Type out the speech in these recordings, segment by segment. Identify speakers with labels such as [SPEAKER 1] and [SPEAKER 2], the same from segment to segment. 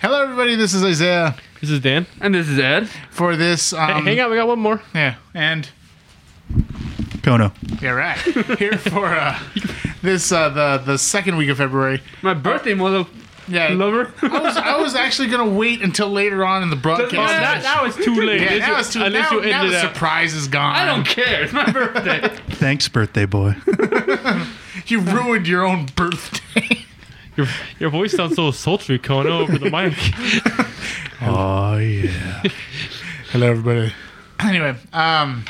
[SPEAKER 1] Hello, everybody. This is Isaiah.
[SPEAKER 2] This is Dan.
[SPEAKER 3] And this is Ed.
[SPEAKER 1] For this, um,
[SPEAKER 2] Hang on, we got one more.
[SPEAKER 1] yeah, and
[SPEAKER 4] Kono.
[SPEAKER 1] yeah, right here for uh, this uh, the the second week of February.
[SPEAKER 3] My
[SPEAKER 2] Oh.
[SPEAKER 3] birthday, mother
[SPEAKER 1] Yeah,
[SPEAKER 3] lover. Oh,
[SPEAKER 1] I was I was actually gonna wait until later on in the broadcast.
[SPEAKER 3] matter.
[SPEAKER 2] Now- now it's too late.
[SPEAKER 1] yeah,
[SPEAKER 2] Unless
[SPEAKER 1] now
[SPEAKER 2] you-
[SPEAKER 1] it's too,
[SPEAKER 2] unless
[SPEAKER 1] now,
[SPEAKER 2] you
[SPEAKER 1] now
[SPEAKER 2] ended
[SPEAKER 1] the
[SPEAKER 2] up-
[SPEAKER 1] surprise is gone.
[SPEAKER 3] I don't care. It's my birthday.
[SPEAKER 4] Thanks, birthday boy.
[SPEAKER 1] You ruined your own birthday.
[SPEAKER 2] Your, your voice sounds so sultry, Kono, over the mic.
[SPEAKER 4] oh yeah.
[SPEAKER 1] Hello, everybody. Anyway, um,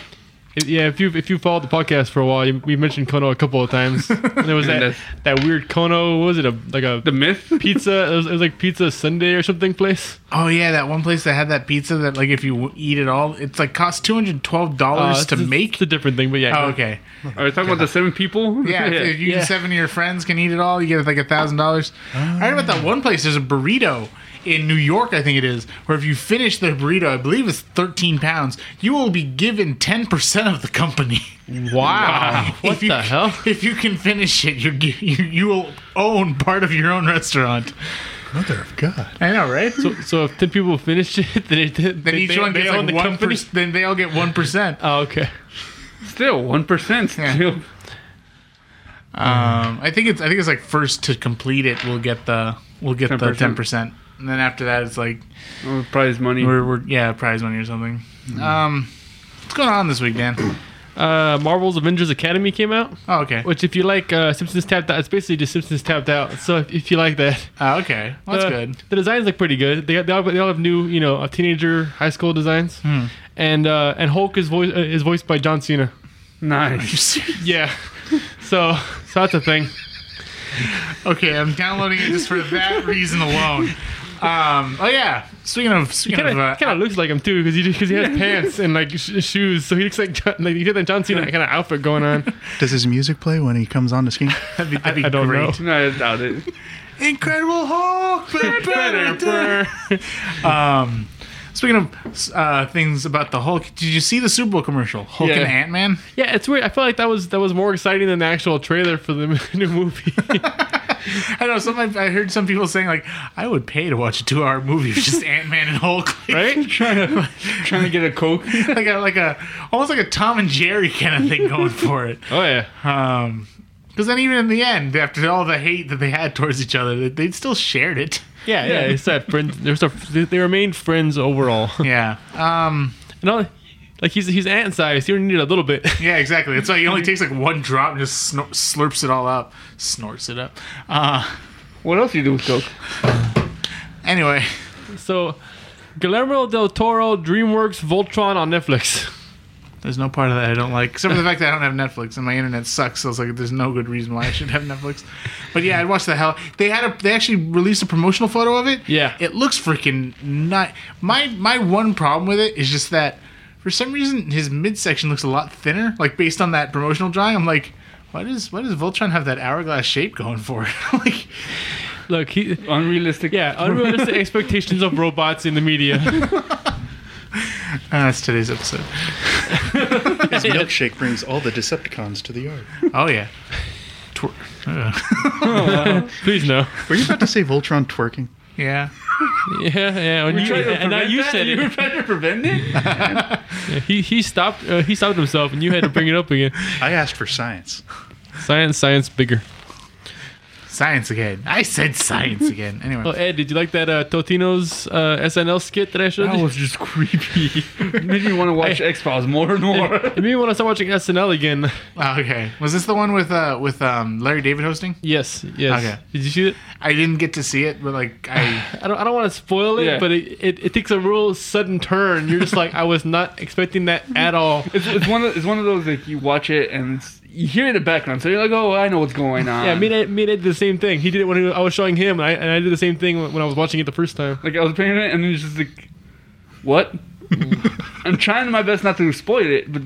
[SPEAKER 2] yeah, if you if you followed the podcast for a while, you, we mentioned Kono a couple of times. And there was that,
[SPEAKER 3] that's-
[SPEAKER 2] that weird Kono. What was it? A, like a
[SPEAKER 3] The myth.
[SPEAKER 2] pizza? It was, it was like pizza Sunday or something place.
[SPEAKER 1] oh yeah, that one place that had that pizza that like if you w- eat it all, it's like cost two hundred twelve dollars
[SPEAKER 2] Uh,
[SPEAKER 1] Oh, to
[SPEAKER 2] it's-
[SPEAKER 1] make.
[SPEAKER 2] it's a different thing, but yeah.
[SPEAKER 1] Oh, okay.
[SPEAKER 3] Are we talking about the seven people?
[SPEAKER 1] Yeah, if- if you
[SPEAKER 2] Yeah.
[SPEAKER 1] seven of your friends can eat it all, you get like a thousand dollars. I heard about that one place. There's a burrito in New York, I think it is, where if you finish the burrito, I believe it's thirteen pounds, you will be given ten percent of the company.
[SPEAKER 2] Wow. What
[SPEAKER 1] you,
[SPEAKER 2] the hell?
[SPEAKER 1] If you can finish it, you're, gi- you you will own part of your own restaurant.
[SPEAKER 4] Mother of God.
[SPEAKER 1] I know, right?
[SPEAKER 2] So, so if ten people finish it, then, it, then
[SPEAKER 1] then
[SPEAKER 2] they,
[SPEAKER 1] each
[SPEAKER 2] they,
[SPEAKER 1] one
[SPEAKER 2] they
[SPEAKER 1] gets like
[SPEAKER 2] own the
[SPEAKER 1] one.
[SPEAKER 2] company.
[SPEAKER 1] Per- then they all get one percent.
[SPEAKER 2] oh, okay.
[SPEAKER 3] Still one percent.
[SPEAKER 1] Yeah.
[SPEAKER 3] Still.
[SPEAKER 1] Um, I think it's I think it's like first to complete it, we'll get the we'll get the
[SPEAKER 3] 10%.
[SPEAKER 1] ten percent, and then after that, it's like
[SPEAKER 3] Oh, prize money.
[SPEAKER 1] We're, we're yeah, prize money or something.
[SPEAKER 2] Mm-hmm.
[SPEAKER 1] Um, what's going on this week, Dan?
[SPEAKER 2] Uh, Marvel's Avengers Academy came out.
[SPEAKER 1] Oh, okay.
[SPEAKER 2] Which, if you like uh, Simpsons Tapped Out, it's basically just Simpsons Tapped Out. So if, if you like that,
[SPEAKER 1] Oh, okay. Well, that's
[SPEAKER 2] uh,
[SPEAKER 1] good.
[SPEAKER 2] The designs look pretty good. They, they, all, they all have new, you know, uh, teenager high school designs. And uh, and Hulk is voice uh, is voiced by John Cena.
[SPEAKER 3] nice.
[SPEAKER 2] Yeah. so so that's a thing.
[SPEAKER 1] okay, I'm downloading it just for that reason alone. Um, oh yeah. Speaking of speaking
[SPEAKER 2] Kind of
[SPEAKER 1] of
[SPEAKER 2] kind
[SPEAKER 1] uh,
[SPEAKER 2] of looks like him too because he because he has pants and like sh- shoes, so he looks like John, like you get that John Cena kind of outfit going on.
[SPEAKER 4] Does his music play when he comes on the screen?
[SPEAKER 1] that'd be, that'd be
[SPEAKER 2] I don't
[SPEAKER 1] great.
[SPEAKER 2] know.
[SPEAKER 3] No, I doubt it.
[SPEAKER 1] Incredible Hulk. but better than- um, speaking of uh, things about the Hulk, did you see the Super Bowl commercial? Hulk
[SPEAKER 2] Yeah.
[SPEAKER 1] and Ant Man.
[SPEAKER 2] yeah, it's weird. I feel like that was that was more exciting than the actual trailer for the new movie.
[SPEAKER 1] I know some. I heard some people saying like, I would pay to watch a two-hour movie of just Ant Man and Hulk.
[SPEAKER 2] Right?
[SPEAKER 1] trying to
[SPEAKER 3] Trying to get a coke.
[SPEAKER 1] like a like a almost like a Tom and Jerry kind of thing going for it.
[SPEAKER 2] oh yeah.
[SPEAKER 1] Um, because then even in the end, after all the hate that they had towards each other, they, they still shared it.
[SPEAKER 2] Yeah, yeah, it's that friend. There's a they they remained friends overall.
[SPEAKER 1] Yeah. Um.
[SPEAKER 2] And all, like he's he's ant size. He only needed a little bit.
[SPEAKER 1] Yeah. Exactly. It's like he only takes like one drop and just snor- slurps it all up, snorts it up. Uh.
[SPEAKER 3] What else you do with coke?
[SPEAKER 1] Anyway.
[SPEAKER 2] So, Guillermo del Toro, DreamWorks, Voltron on Netflix.
[SPEAKER 1] There's no part of that I don't like, except for the fact that I don't have Netflix and my internet sucks. So it's like there's no good reason why I should have Netflix. But yeah, I'd watch the hell. They had a they actually released a promotional photo of it.
[SPEAKER 2] Yeah.
[SPEAKER 1] it looks freaking not. My my one problem with it is just that for some reason his midsection looks a lot thinner. Like based on that promotional drawing, I'm like. Why does why does Voltron have that hourglass shape going for it? like,
[SPEAKER 2] Look, he
[SPEAKER 3] Unrealistic.
[SPEAKER 2] yeah, unrealistic expectations of robots in the media.
[SPEAKER 1] uh, that's today's episode.
[SPEAKER 4] His milkshake brings all the Decepticons to the yard.
[SPEAKER 1] Oh yeah, Twer- uh,
[SPEAKER 2] Please no.
[SPEAKER 4] Were you about to say Voltron twerking?
[SPEAKER 1] yeah.
[SPEAKER 2] Yeah, yeah. When you,
[SPEAKER 3] Trying to
[SPEAKER 2] and now
[SPEAKER 3] prevent
[SPEAKER 2] you
[SPEAKER 3] that?
[SPEAKER 2] said
[SPEAKER 3] You were
[SPEAKER 2] it.
[SPEAKER 3] trying to prevent it.
[SPEAKER 2] He he stopped uh, he stopped himself, and you had to bring it up again.
[SPEAKER 4] I asked for science.
[SPEAKER 2] Science, science, bigger.
[SPEAKER 1] Science again. I said science again. Anyway,
[SPEAKER 2] Oh, Ed, did you like that uh, Totino's uh, SNL skit that I showed
[SPEAKER 3] That
[SPEAKER 2] you?
[SPEAKER 3] was just creepy. Made me want to watch X Files more and more.
[SPEAKER 2] It made me want to start watching SNL again.
[SPEAKER 1] Oh, okay. Was this the one with uh with um Larry David hosting?
[SPEAKER 2] Yes, yes.
[SPEAKER 1] Okay.
[SPEAKER 2] Did you see it?
[SPEAKER 1] I didn't get to see it, but like I
[SPEAKER 2] I don't, I don't want to spoil it,
[SPEAKER 3] Yeah.
[SPEAKER 2] but it, it, it takes a real sudden turn. You're just like, I was not expecting that at all.
[SPEAKER 3] It's, it's one of it's one of those like you watch it and it's, you hear in the background, so you're like, oh, I know what's going on.
[SPEAKER 2] Yeah, me and, Ed, me and Ed did the same thing. He did it when he, I was showing him, and I, and I did the same thing when I was watching it the first time.
[SPEAKER 3] Like I was paying it, and then it's just like, what? I'm trying my best not to exploit it, but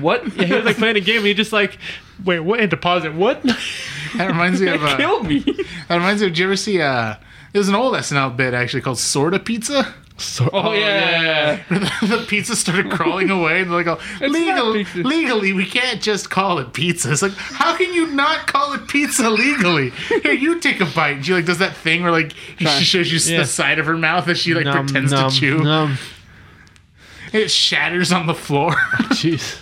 [SPEAKER 3] what?
[SPEAKER 2] Yeah, he was like playing a game, and he just like, wait, what? And deposit what?
[SPEAKER 1] that reminds me of uh,
[SPEAKER 3] killed me.
[SPEAKER 1] that reminds me. of- Did you ever see uh? There's an old SNL bit actually called Sorta Pizza.
[SPEAKER 2] So,
[SPEAKER 3] Oh, yeah.
[SPEAKER 1] the pizza started crawling away, and they're like, oh,
[SPEAKER 3] not
[SPEAKER 1] legally,
[SPEAKER 3] pizza."
[SPEAKER 1] legally, we can't just call it pizza. It's like, how can you not call it pizza legally? Here, you take a bite. And she like does that thing where like she
[SPEAKER 3] Try.
[SPEAKER 1] shows you
[SPEAKER 2] Yeah.
[SPEAKER 1] the side of her mouth as she like
[SPEAKER 2] Nom,
[SPEAKER 1] pretends
[SPEAKER 2] nom,
[SPEAKER 1] to chew.
[SPEAKER 2] nom.
[SPEAKER 1] It shatters on the floor.
[SPEAKER 2] Jeez.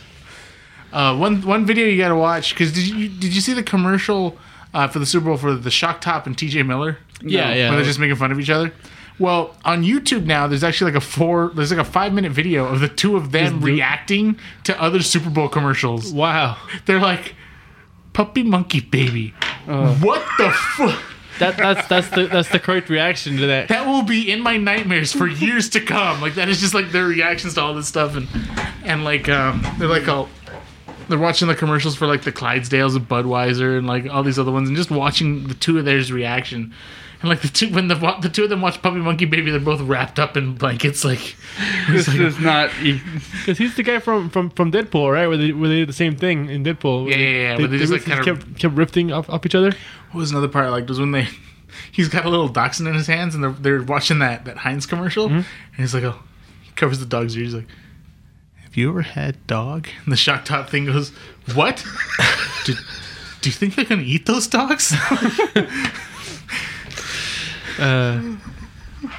[SPEAKER 1] Uh, one one video you gotta watch because did you did you see the commercial uh, for the Super Bowl for the Shock Top and T.J. Miller?
[SPEAKER 2] Yeah,
[SPEAKER 1] Where
[SPEAKER 2] yeah.
[SPEAKER 1] they're just making fun of each other. Well, on YouTube now, there's actually like a four, there's like a five minute video of the two of them
[SPEAKER 2] do-
[SPEAKER 1] reacting to other Super Bowl commercials.
[SPEAKER 2] Wow.
[SPEAKER 1] They're like, "Puppy Monkey Baby,
[SPEAKER 2] Uh.
[SPEAKER 1] what the fuck?
[SPEAKER 2] That, that's that's the that's the correct reaction to that.
[SPEAKER 1] That will be in my nightmares for years to come." Like that is just like their reactions to all this stuff, and and like um, they're like all. They're watching the commercials for like the Clydesdales and Budweiser and like all these other ones, and just watching the two of theirs reaction, and like the two when the wa- the two of them watch Puppy Monkey Baby, they're both wrapped up in blankets, like
[SPEAKER 3] This is not. e-
[SPEAKER 2] Because he's the guy from, from, from Deadpool, right? Where they, where they did the same thing in Deadpool. where
[SPEAKER 1] Yeah, yeah, yeah,
[SPEAKER 2] They,
[SPEAKER 1] where they just, like,
[SPEAKER 2] basically
[SPEAKER 1] kinda-
[SPEAKER 2] kept, kept riffing up, up each other.
[SPEAKER 1] What was another part I liked was when they he's got a little dachshund in his hands and they're, they're watching that that Heinz commercial and he's like, oh, he covers the dog's ears. He's like, have you ever had dog? And the shock top thing goes, what? do, do you think they're gonna eat those dogs?
[SPEAKER 2] Uh,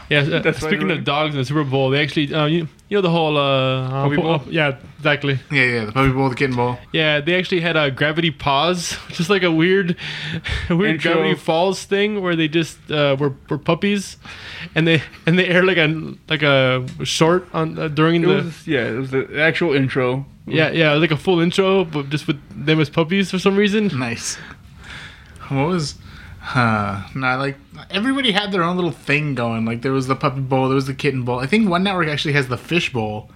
[SPEAKER 2] yeah. uh,
[SPEAKER 3] That's why
[SPEAKER 2] speaking
[SPEAKER 3] they
[SPEAKER 2] of
[SPEAKER 3] were-
[SPEAKER 2] dogs in the Super Bowl, they actually, uh, you, you know, the whole. Uh,
[SPEAKER 3] Puppy Bowl?
[SPEAKER 2] yeah, exactly.
[SPEAKER 1] yeah, yeah, the puppy bowl, the kitten bowl.
[SPEAKER 2] Yeah, they actually had a gravity pause, just like a weird, a weird
[SPEAKER 3] Intro.
[SPEAKER 2] gravity falls thing where they just uh, were, were puppies, and they and they aired like a like a short on uh, during
[SPEAKER 3] It
[SPEAKER 2] the
[SPEAKER 3] was, yeah, it was the actual intro.
[SPEAKER 2] yeah yeah like a full intro, but just with them as puppies for some reason.
[SPEAKER 1] Nice. What was? Huh. No, like everybody had their own little thing going. Like there was the puppy bowl, there was the kitten bowl. I think One Network actually has the fish bowl,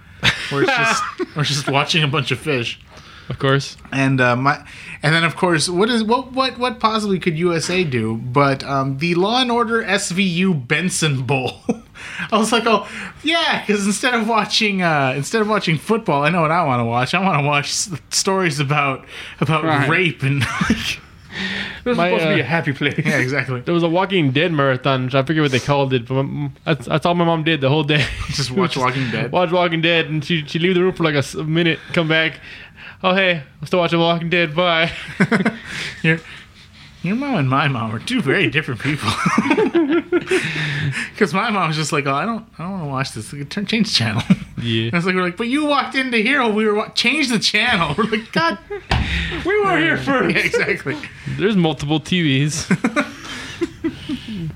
[SPEAKER 1] where it's just where it's just watching a bunch of fish.
[SPEAKER 2] Of course,
[SPEAKER 1] And uh, my, and then of course, what is what what what possibly could USA do? But um, the Law and Order SVU Benson Bowl. I was like, oh yeah, because instead of watching uh, instead of watching football, I know what I want to watch. I want to watch s- stories about about
[SPEAKER 3] Right.
[SPEAKER 1] rape and
[SPEAKER 3] This is
[SPEAKER 2] My,
[SPEAKER 3] supposed to be
[SPEAKER 2] uh,
[SPEAKER 3] a happy place.
[SPEAKER 1] yeah, exactly.
[SPEAKER 2] there was a Walking Dead marathon. Which I forget what they called it, but my, that's, that's all my mom did the whole day.
[SPEAKER 1] Just watch Walking Dead.
[SPEAKER 2] watch Walking Dead, and she she leave the room for like a s- a minute, come back. Oh hey, I'm still watching Walking Dead. Bye.
[SPEAKER 1] Your, your mom and my mom are two very different people. Because my mom was just like, oh, I don't, I don't want to watch this. Like, turn, change channel.
[SPEAKER 2] Yeah.
[SPEAKER 1] And I was like, we're like, but you walked into here while we were wa- change the channel. We're like, God,
[SPEAKER 3] We were here first.
[SPEAKER 1] yeah, exactly.
[SPEAKER 2] There's multiple TVs.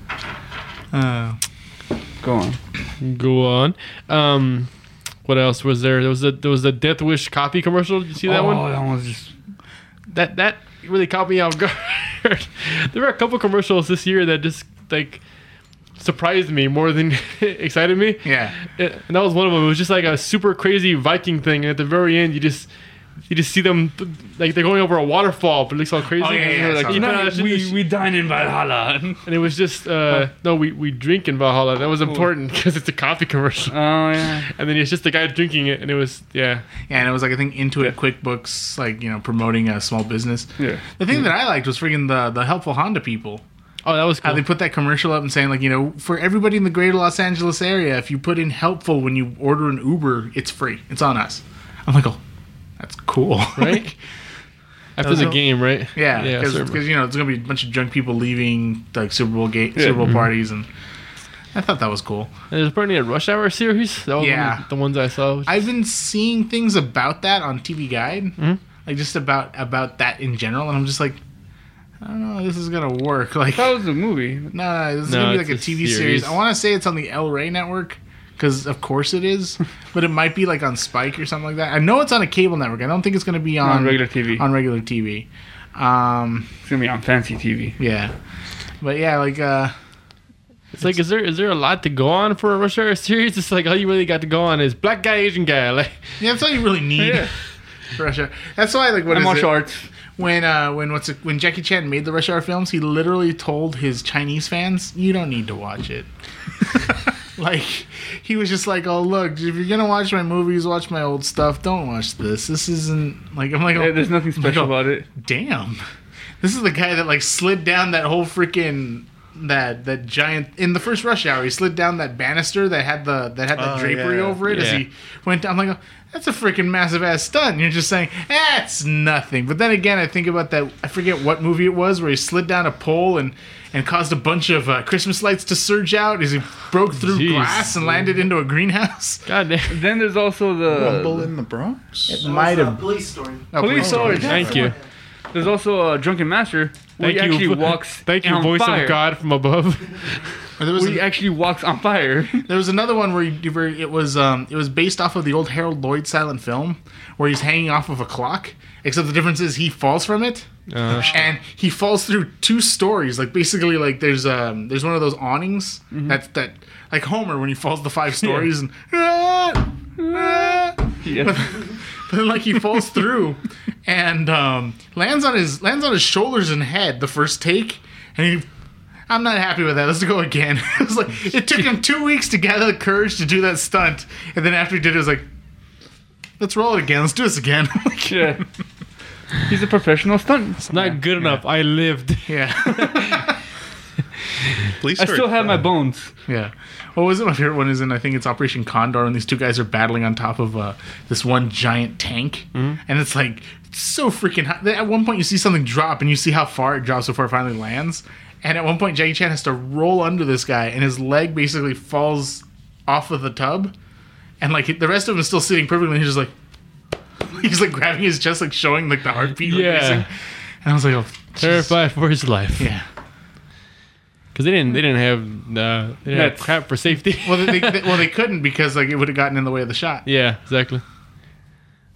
[SPEAKER 1] Uh,
[SPEAKER 3] Go on.
[SPEAKER 2] Go on. Um, what else was there? There was a there was a Death Wish copy commercial. Did you see that
[SPEAKER 3] oh,
[SPEAKER 2] one?
[SPEAKER 3] that one was just.
[SPEAKER 2] That that really caught me off guard. there were a couple commercials this year that just like surprised me more than excited me.
[SPEAKER 1] yeah.
[SPEAKER 2] Uh, and that was one of them. It was just like a super crazy Viking thing, and at the very end, you just. You just see them th- like they're going over a waterfall, but it looks all crazy.
[SPEAKER 1] Oh, yeah,
[SPEAKER 2] and, they're
[SPEAKER 1] yeah, I
[SPEAKER 2] like,
[SPEAKER 1] saw that.
[SPEAKER 2] "You know, I
[SPEAKER 3] Tonight
[SPEAKER 2] should do
[SPEAKER 3] we,
[SPEAKER 2] sh-"
[SPEAKER 3] we dine in Valhalla.
[SPEAKER 2] and it was just uh, no, we, we drink in Valhalla. That was important because it's a coffee commercial.
[SPEAKER 3] Oh yeah.
[SPEAKER 2] and then it's just the guy drinking it, and it was yeah.
[SPEAKER 1] Yeah, and it was like I think Intuit QuickBooks, like you know, promoting a small business.
[SPEAKER 3] Yeah.
[SPEAKER 1] The thing that I liked was freaking the the helpful Honda people.
[SPEAKER 2] Oh, that was cool.
[SPEAKER 1] how they put that commercial up and saying like you know for everybody in the greater los angeles area if you put in helpful when you order an uber it's free it's on us i'm like oh that's cool
[SPEAKER 2] Right? After
[SPEAKER 1] was
[SPEAKER 2] the
[SPEAKER 1] all-
[SPEAKER 2] game, right?
[SPEAKER 1] yeah
[SPEAKER 2] yeah.
[SPEAKER 1] because
[SPEAKER 2] sir.
[SPEAKER 1] you know there's gonna be a bunch of drunk people leaving like super bowl gate super bowl parties and i thought that was cool
[SPEAKER 2] And there's apparently a rush hour series. That was yeah.
[SPEAKER 1] Yeah.
[SPEAKER 2] the ones I saw. which-
[SPEAKER 1] I've been seeing things about that on TV Guide, like just about about that in general, and I'm just like, I don't know, how this is gonna work. Like,
[SPEAKER 3] That was a movie.
[SPEAKER 1] No, no, this is
[SPEAKER 2] No,
[SPEAKER 1] gonna be like a,
[SPEAKER 2] it's a
[SPEAKER 1] TV series.
[SPEAKER 2] series.
[SPEAKER 1] I want to say it's on the El Rey network because, of course, it is. but it might be like on Spike or something like that. I know it's on a cable network. I don't think it's gonna be on,
[SPEAKER 3] on regular TV.
[SPEAKER 1] on regular TV. Um,
[SPEAKER 3] It's gonna be on fancy TV.
[SPEAKER 1] yeah, but yeah, like uh,
[SPEAKER 2] it's like, is there is there a lot to go on for a rush hour series? It's like all you really got to go on is black guy, Asian guy. Like
[SPEAKER 1] yeah, that's all you really need.
[SPEAKER 3] Yeah.
[SPEAKER 1] for Rush Hour. That's why, like, what
[SPEAKER 3] And
[SPEAKER 1] is it?
[SPEAKER 3] martial arts.
[SPEAKER 1] when uh, when what's it, when Jackie Chan made the Rush Hour films, he literally told his Chinese fans, "You don't need to watch it." like he was just like, "Oh look, if you're gonna watch my movies, watch my old stuff. Don't watch this. This isn't like I'm like oh,
[SPEAKER 3] Yeah, there's nothing
[SPEAKER 1] Michael.
[SPEAKER 3] special about it.
[SPEAKER 1] damn, this is the guy that like slid down that whole freaking that that giant in the first rush hour. He slid down that banister that had the that had the
[SPEAKER 4] Oh,
[SPEAKER 1] drapery
[SPEAKER 4] yeah.
[SPEAKER 1] over it as
[SPEAKER 2] Yeah.
[SPEAKER 1] he went down. I'm like, that's a freaking massive ass stunt. You're just saying that's nothing. But then again, I think about that. I forget what movie it was where he slid down a pole and and caused a bunch of uh, Christmas lights to surge out as he broke through
[SPEAKER 2] Jeez.
[SPEAKER 1] glass and landed into a greenhouse.
[SPEAKER 2] God damn.
[SPEAKER 3] Then there's also the
[SPEAKER 4] Rumble in the Bronx.
[SPEAKER 1] might
[SPEAKER 5] It's a
[SPEAKER 1] have-
[SPEAKER 5] police story.
[SPEAKER 1] Oh,
[SPEAKER 3] police
[SPEAKER 1] please.
[SPEAKER 3] story.
[SPEAKER 2] Thank you.
[SPEAKER 3] There's also uh, Drunken Master.
[SPEAKER 2] Thank
[SPEAKER 3] Where he actually
[SPEAKER 2] you.
[SPEAKER 3] walks.
[SPEAKER 2] Thank you,
[SPEAKER 3] on
[SPEAKER 2] voice
[SPEAKER 3] fire.
[SPEAKER 2] of God from above.
[SPEAKER 1] Or There was,
[SPEAKER 3] Where he
[SPEAKER 1] an-
[SPEAKER 3] actually walks on fire.
[SPEAKER 1] there was another one where, you, where it was um, it was based off of the old Harold Lloyd silent film where he's hanging off of a clock. Except the difference is he falls from it.
[SPEAKER 2] Uh,
[SPEAKER 1] and he falls through two stories. Like basically, like there's um there's one of those awnings that's that like Homer when he falls the five stories and "Ah, ah."
[SPEAKER 3] yes.
[SPEAKER 1] but then like he falls through and um lands on his lands on his shoulders and head the first take and he. I'm not happy with that. Let's go again. it was like it took him two weeks to gather the courage to do that stunt, and then after he did it, it was like, "Let's roll it again. Let's do this again." Like,
[SPEAKER 3] Yeah. He's a professional stunt.
[SPEAKER 2] it's not good enough. I lived.
[SPEAKER 1] yeah.
[SPEAKER 4] Police
[SPEAKER 3] I
[SPEAKER 4] story.
[SPEAKER 3] still have my bones.
[SPEAKER 1] Yeah. What was it? My favorite one is in I think it's Operation Condor, and these two guys are battling on top of uh, this one giant tank, and it's like so freaking high. At one point, you see something drop, and you see how far it drops before it finally lands. And at one point, Jackie Chan has to roll under this guy, and his leg basically falls off of the tub, and like the rest of him is still sitting perfectly. And he's just like. He's like grabbing his chest, like showing like the heartbeat. like,
[SPEAKER 2] Yeah.
[SPEAKER 1] racing. and I was like, oh,
[SPEAKER 2] Terrified for his life.
[SPEAKER 1] yeah.
[SPEAKER 2] Because they didn't. They didn't have. Uh, they didn't have
[SPEAKER 3] Nets.
[SPEAKER 2] crap for safety.
[SPEAKER 1] Well, they, they, well, they couldn't because like it would have gotten in the way of the shot.
[SPEAKER 2] Yeah, exactly.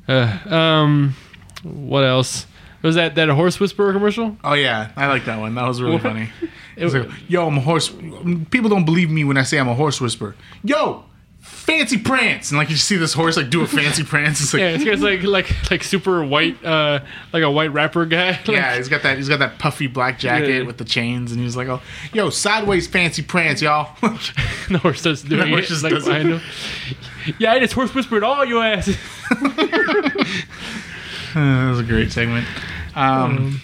[SPEAKER 2] Uh, um, what else? Was that that horse whisperer commercial?
[SPEAKER 1] Oh yeah, I like that one. That was really funny. It was like, yo, I'm a horse. People don't believe me when I say I'm a horse whisperer. Yo, fancy prance, and like you just see this horse like do a fancy prance. It's like
[SPEAKER 2] Yeah,
[SPEAKER 1] yeah,
[SPEAKER 2] this guy's like like like super white, uh, like a white rapper guy. Like,
[SPEAKER 1] he's got that he's got that puffy black jacket
[SPEAKER 3] Yeah.
[SPEAKER 1] with the chains, and he's like, oh, yo, sideways fancy prance, y'all.
[SPEAKER 2] the horse starts doing
[SPEAKER 1] horse
[SPEAKER 2] it.
[SPEAKER 1] just
[SPEAKER 2] like,
[SPEAKER 1] does it.
[SPEAKER 2] behind him. Yeah, I just horse whispered all your ass.
[SPEAKER 1] that was a great segment. Um,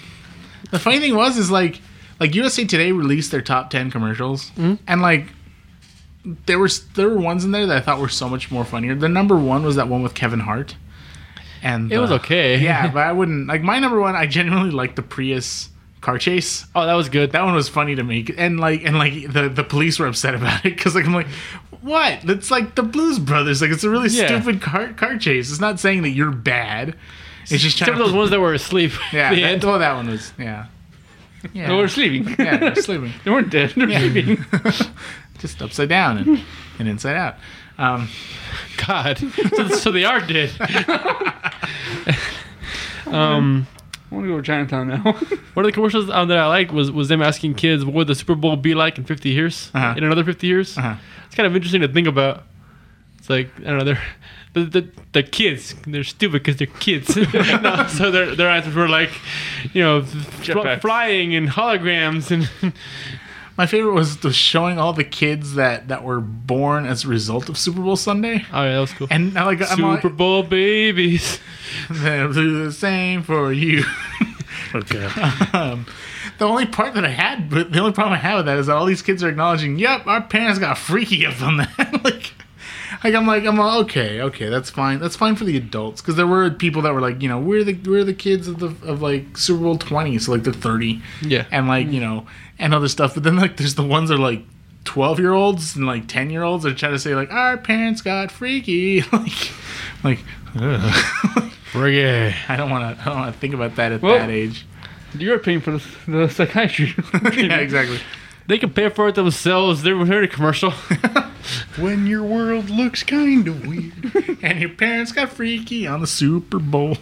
[SPEAKER 1] the funny thing was, is like, like USA Today released their top ten commercials,
[SPEAKER 2] Hmm?
[SPEAKER 1] and like, there were there were ones in there that I thought were so much more funnier. The number one was that one with Kevin Hart, and
[SPEAKER 2] It was
[SPEAKER 1] uh,
[SPEAKER 2] okay.
[SPEAKER 1] Yeah, but I wouldn't like my number one. I genuinely liked the Prius car chase.
[SPEAKER 2] Oh, that was good.
[SPEAKER 1] That one was funny to me, and like, and like the the police were upset about it because like I'm like, what? It's like the Blues Brothers. Like it's a really
[SPEAKER 2] Yeah.
[SPEAKER 1] stupid car car chase. It's not saying that you're bad. It's just trying
[SPEAKER 2] Except
[SPEAKER 1] to
[SPEAKER 2] for those ones that were asleep.
[SPEAKER 1] yeah,
[SPEAKER 2] at the
[SPEAKER 1] that,
[SPEAKER 2] end.
[SPEAKER 1] well, that one was yeah. Yeah,
[SPEAKER 3] They were sleeping.
[SPEAKER 1] yeah, they're sleeping.
[SPEAKER 3] they weren't dead. They're sleeping.
[SPEAKER 1] Just upside down and, and inside out. Um,
[SPEAKER 2] God. So, so they are dead. um,
[SPEAKER 3] I want to go to Chinatown now.
[SPEAKER 2] one of the commercials um, that I liked was was them asking kids what would the Super Bowl be like in 50 years,
[SPEAKER 1] Uh-huh.
[SPEAKER 2] in another 50 years.
[SPEAKER 1] uh-huh.
[SPEAKER 2] It's kind of interesting to think about. It's like I don't know, they're the the, the kids. They're stupid because they're kids. No, so their their answers were like, you know, fl-
[SPEAKER 3] Jetpacks.
[SPEAKER 2] flying and holograms and
[SPEAKER 1] My favorite was the showing all the kids that, that were born as a result of Super Bowl Sunday.
[SPEAKER 2] oh yeah, that was cool.
[SPEAKER 1] And I like I'm all,
[SPEAKER 2] Super Bowl babies.
[SPEAKER 1] they'll do the same for you.
[SPEAKER 4] Okay.
[SPEAKER 1] um, the only part that I had, but the only problem I had with that is that all these kids are acknowledging, "Yep, our parents got freaky up on that." like, like I'm like I'm all, okay, okay, that's fine, that's fine for the adults because there were people that were like, you know, we're the we're the kids of the of like Super Bowl twenty, so like they're thirty,
[SPEAKER 2] Yeah.
[SPEAKER 1] and like you know, and other stuff. But then like there's the ones that are like. 12 year olds and like 10 year olds are trying to say like our parents got freaky like like ugh.
[SPEAKER 2] Reggae.
[SPEAKER 1] I don't want to I don't want to think about that at
[SPEAKER 3] Well,
[SPEAKER 1] that age
[SPEAKER 3] You're paying for the, the psychiatry.
[SPEAKER 1] yeah exactly
[SPEAKER 2] They can pay for it themselves. They were heard a commercial.
[SPEAKER 4] When your world looks kind of weird.
[SPEAKER 1] And your parents got freaky on the Super Bowl.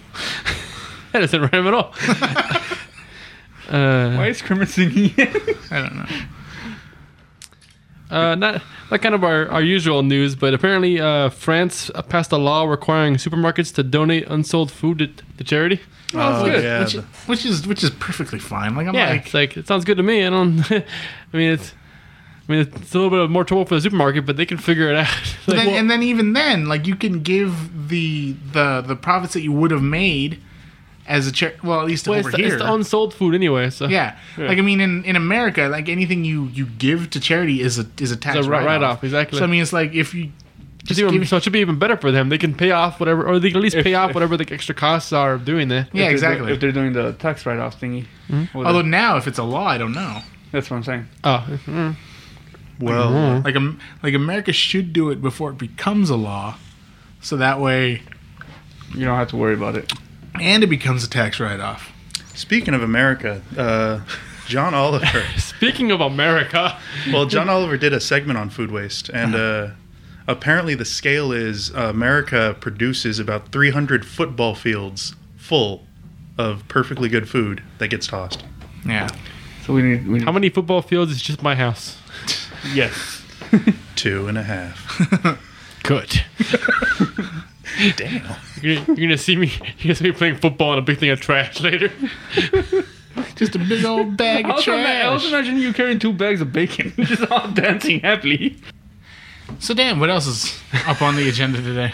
[SPEAKER 2] that doesn't rhyme at all. Uh,
[SPEAKER 3] Why is Kermit singing?
[SPEAKER 1] I don't know.
[SPEAKER 2] Uh, not not kind of our, our usual news, but apparently uh, France passed a law requiring supermarkets to donate unsold food to, to charity.
[SPEAKER 4] Oh,
[SPEAKER 1] Which-
[SPEAKER 4] yeah.
[SPEAKER 1] which, which is which is perfectly fine. Like I'm
[SPEAKER 2] Yeah,
[SPEAKER 1] like,
[SPEAKER 2] it's like it sounds good to me. I don't. I mean, it's I mean it's a little bit of more trouble for the supermarket, but they can figure it out.
[SPEAKER 1] but
[SPEAKER 2] Like,
[SPEAKER 1] then,
[SPEAKER 2] well,
[SPEAKER 1] and then even then, like you can give the the the profits that you would have made as a chair. Well, at least
[SPEAKER 2] Well,
[SPEAKER 1] over
[SPEAKER 2] it's, the,
[SPEAKER 1] here.
[SPEAKER 2] it's the unsold food anyway, so
[SPEAKER 1] yeah. like I mean, in, in America, like anything you, you give to charity is a is a tax
[SPEAKER 2] it's a write-
[SPEAKER 1] write-off.
[SPEAKER 2] write-off, exactly.
[SPEAKER 1] So I mean, it's like if you
[SPEAKER 2] It's
[SPEAKER 1] just
[SPEAKER 2] even-
[SPEAKER 1] give,
[SPEAKER 2] so it should be even better for them. They can pay off whatever, or they can at least
[SPEAKER 3] If-
[SPEAKER 2] pay off
[SPEAKER 3] if-
[SPEAKER 2] whatever the extra costs are of doing
[SPEAKER 1] yeah,
[SPEAKER 2] that.
[SPEAKER 3] If they're do-
[SPEAKER 1] exactly.
[SPEAKER 3] If they're doing the tax write-off thingy, Well,
[SPEAKER 1] Although now, if it's a law, I don't know.
[SPEAKER 3] that's what I'm saying.
[SPEAKER 2] Oh, mm.
[SPEAKER 4] Well,
[SPEAKER 1] Like um, like America should do it before it becomes a law, so that way,
[SPEAKER 3] You don't have to worry about it.
[SPEAKER 1] and it becomes a tax write-off.
[SPEAKER 4] speaking of America, uh, John Oliver.
[SPEAKER 2] speaking of America,
[SPEAKER 4] Well, John Oliver did a segment on food waste, and uh, apparently the scale is uh, America produces about 300 football fields full of perfectly good food that gets tossed.
[SPEAKER 1] Yeah.
[SPEAKER 3] So we need. We need
[SPEAKER 2] how many football fields is just my house?
[SPEAKER 3] Yes.
[SPEAKER 4] Two and a half.
[SPEAKER 2] Good.
[SPEAKER 4] Damn.
[SPEAKER 2] You're, you're gonna see me. You're gonna see me playing football in a big thing of trash later.
[SPEAKER 1] Just a big old bag
[SPEAKER 3] I
[SPEAKER 1] of
[SPEAKER 3] was, ima- I was
[SPEAKER 1] trash.
[SPEAKER 3] imagining you carrying two bags of bacon, just all dancing happily.
[SPEAKER 1] So Dan, what else is up on the agenda today?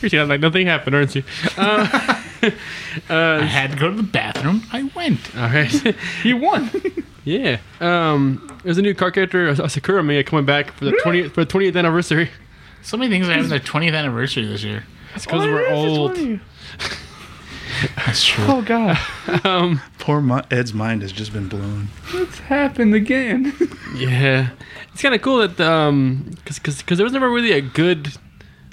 [SPEAKER 2] You're saying like nothing happened, aren't you? Uh,
[SPEAKER 1] I
[SPEAKER 2] uh,
[SPEAKER 1] had to go to the bathroom. I went.
[SPEAKER 2] all right.
[SPEAKER 3] You won.
[SPEAKER 2] Yeah. Um, there's a new car character, As- Asakura Mia, coming back for the 20th for the 20th anniversary.
[SPEAKER 1] So many things are having their 20th anniversary this year.
[SPEAKER 2] Oh, It's because we're old.
[SPEAKER 1] That's true.
[SPEAKER 3] Oh god,
[SPEAKER 2] Um,
[SPEAKER 4] Poor Mi- Ed's mind has just been blown.
[SPEAKER 3] it's happened again.
[SPEAKER 2] yeah. It's kind of cool that um, cause, cause, 'cause there was never really a good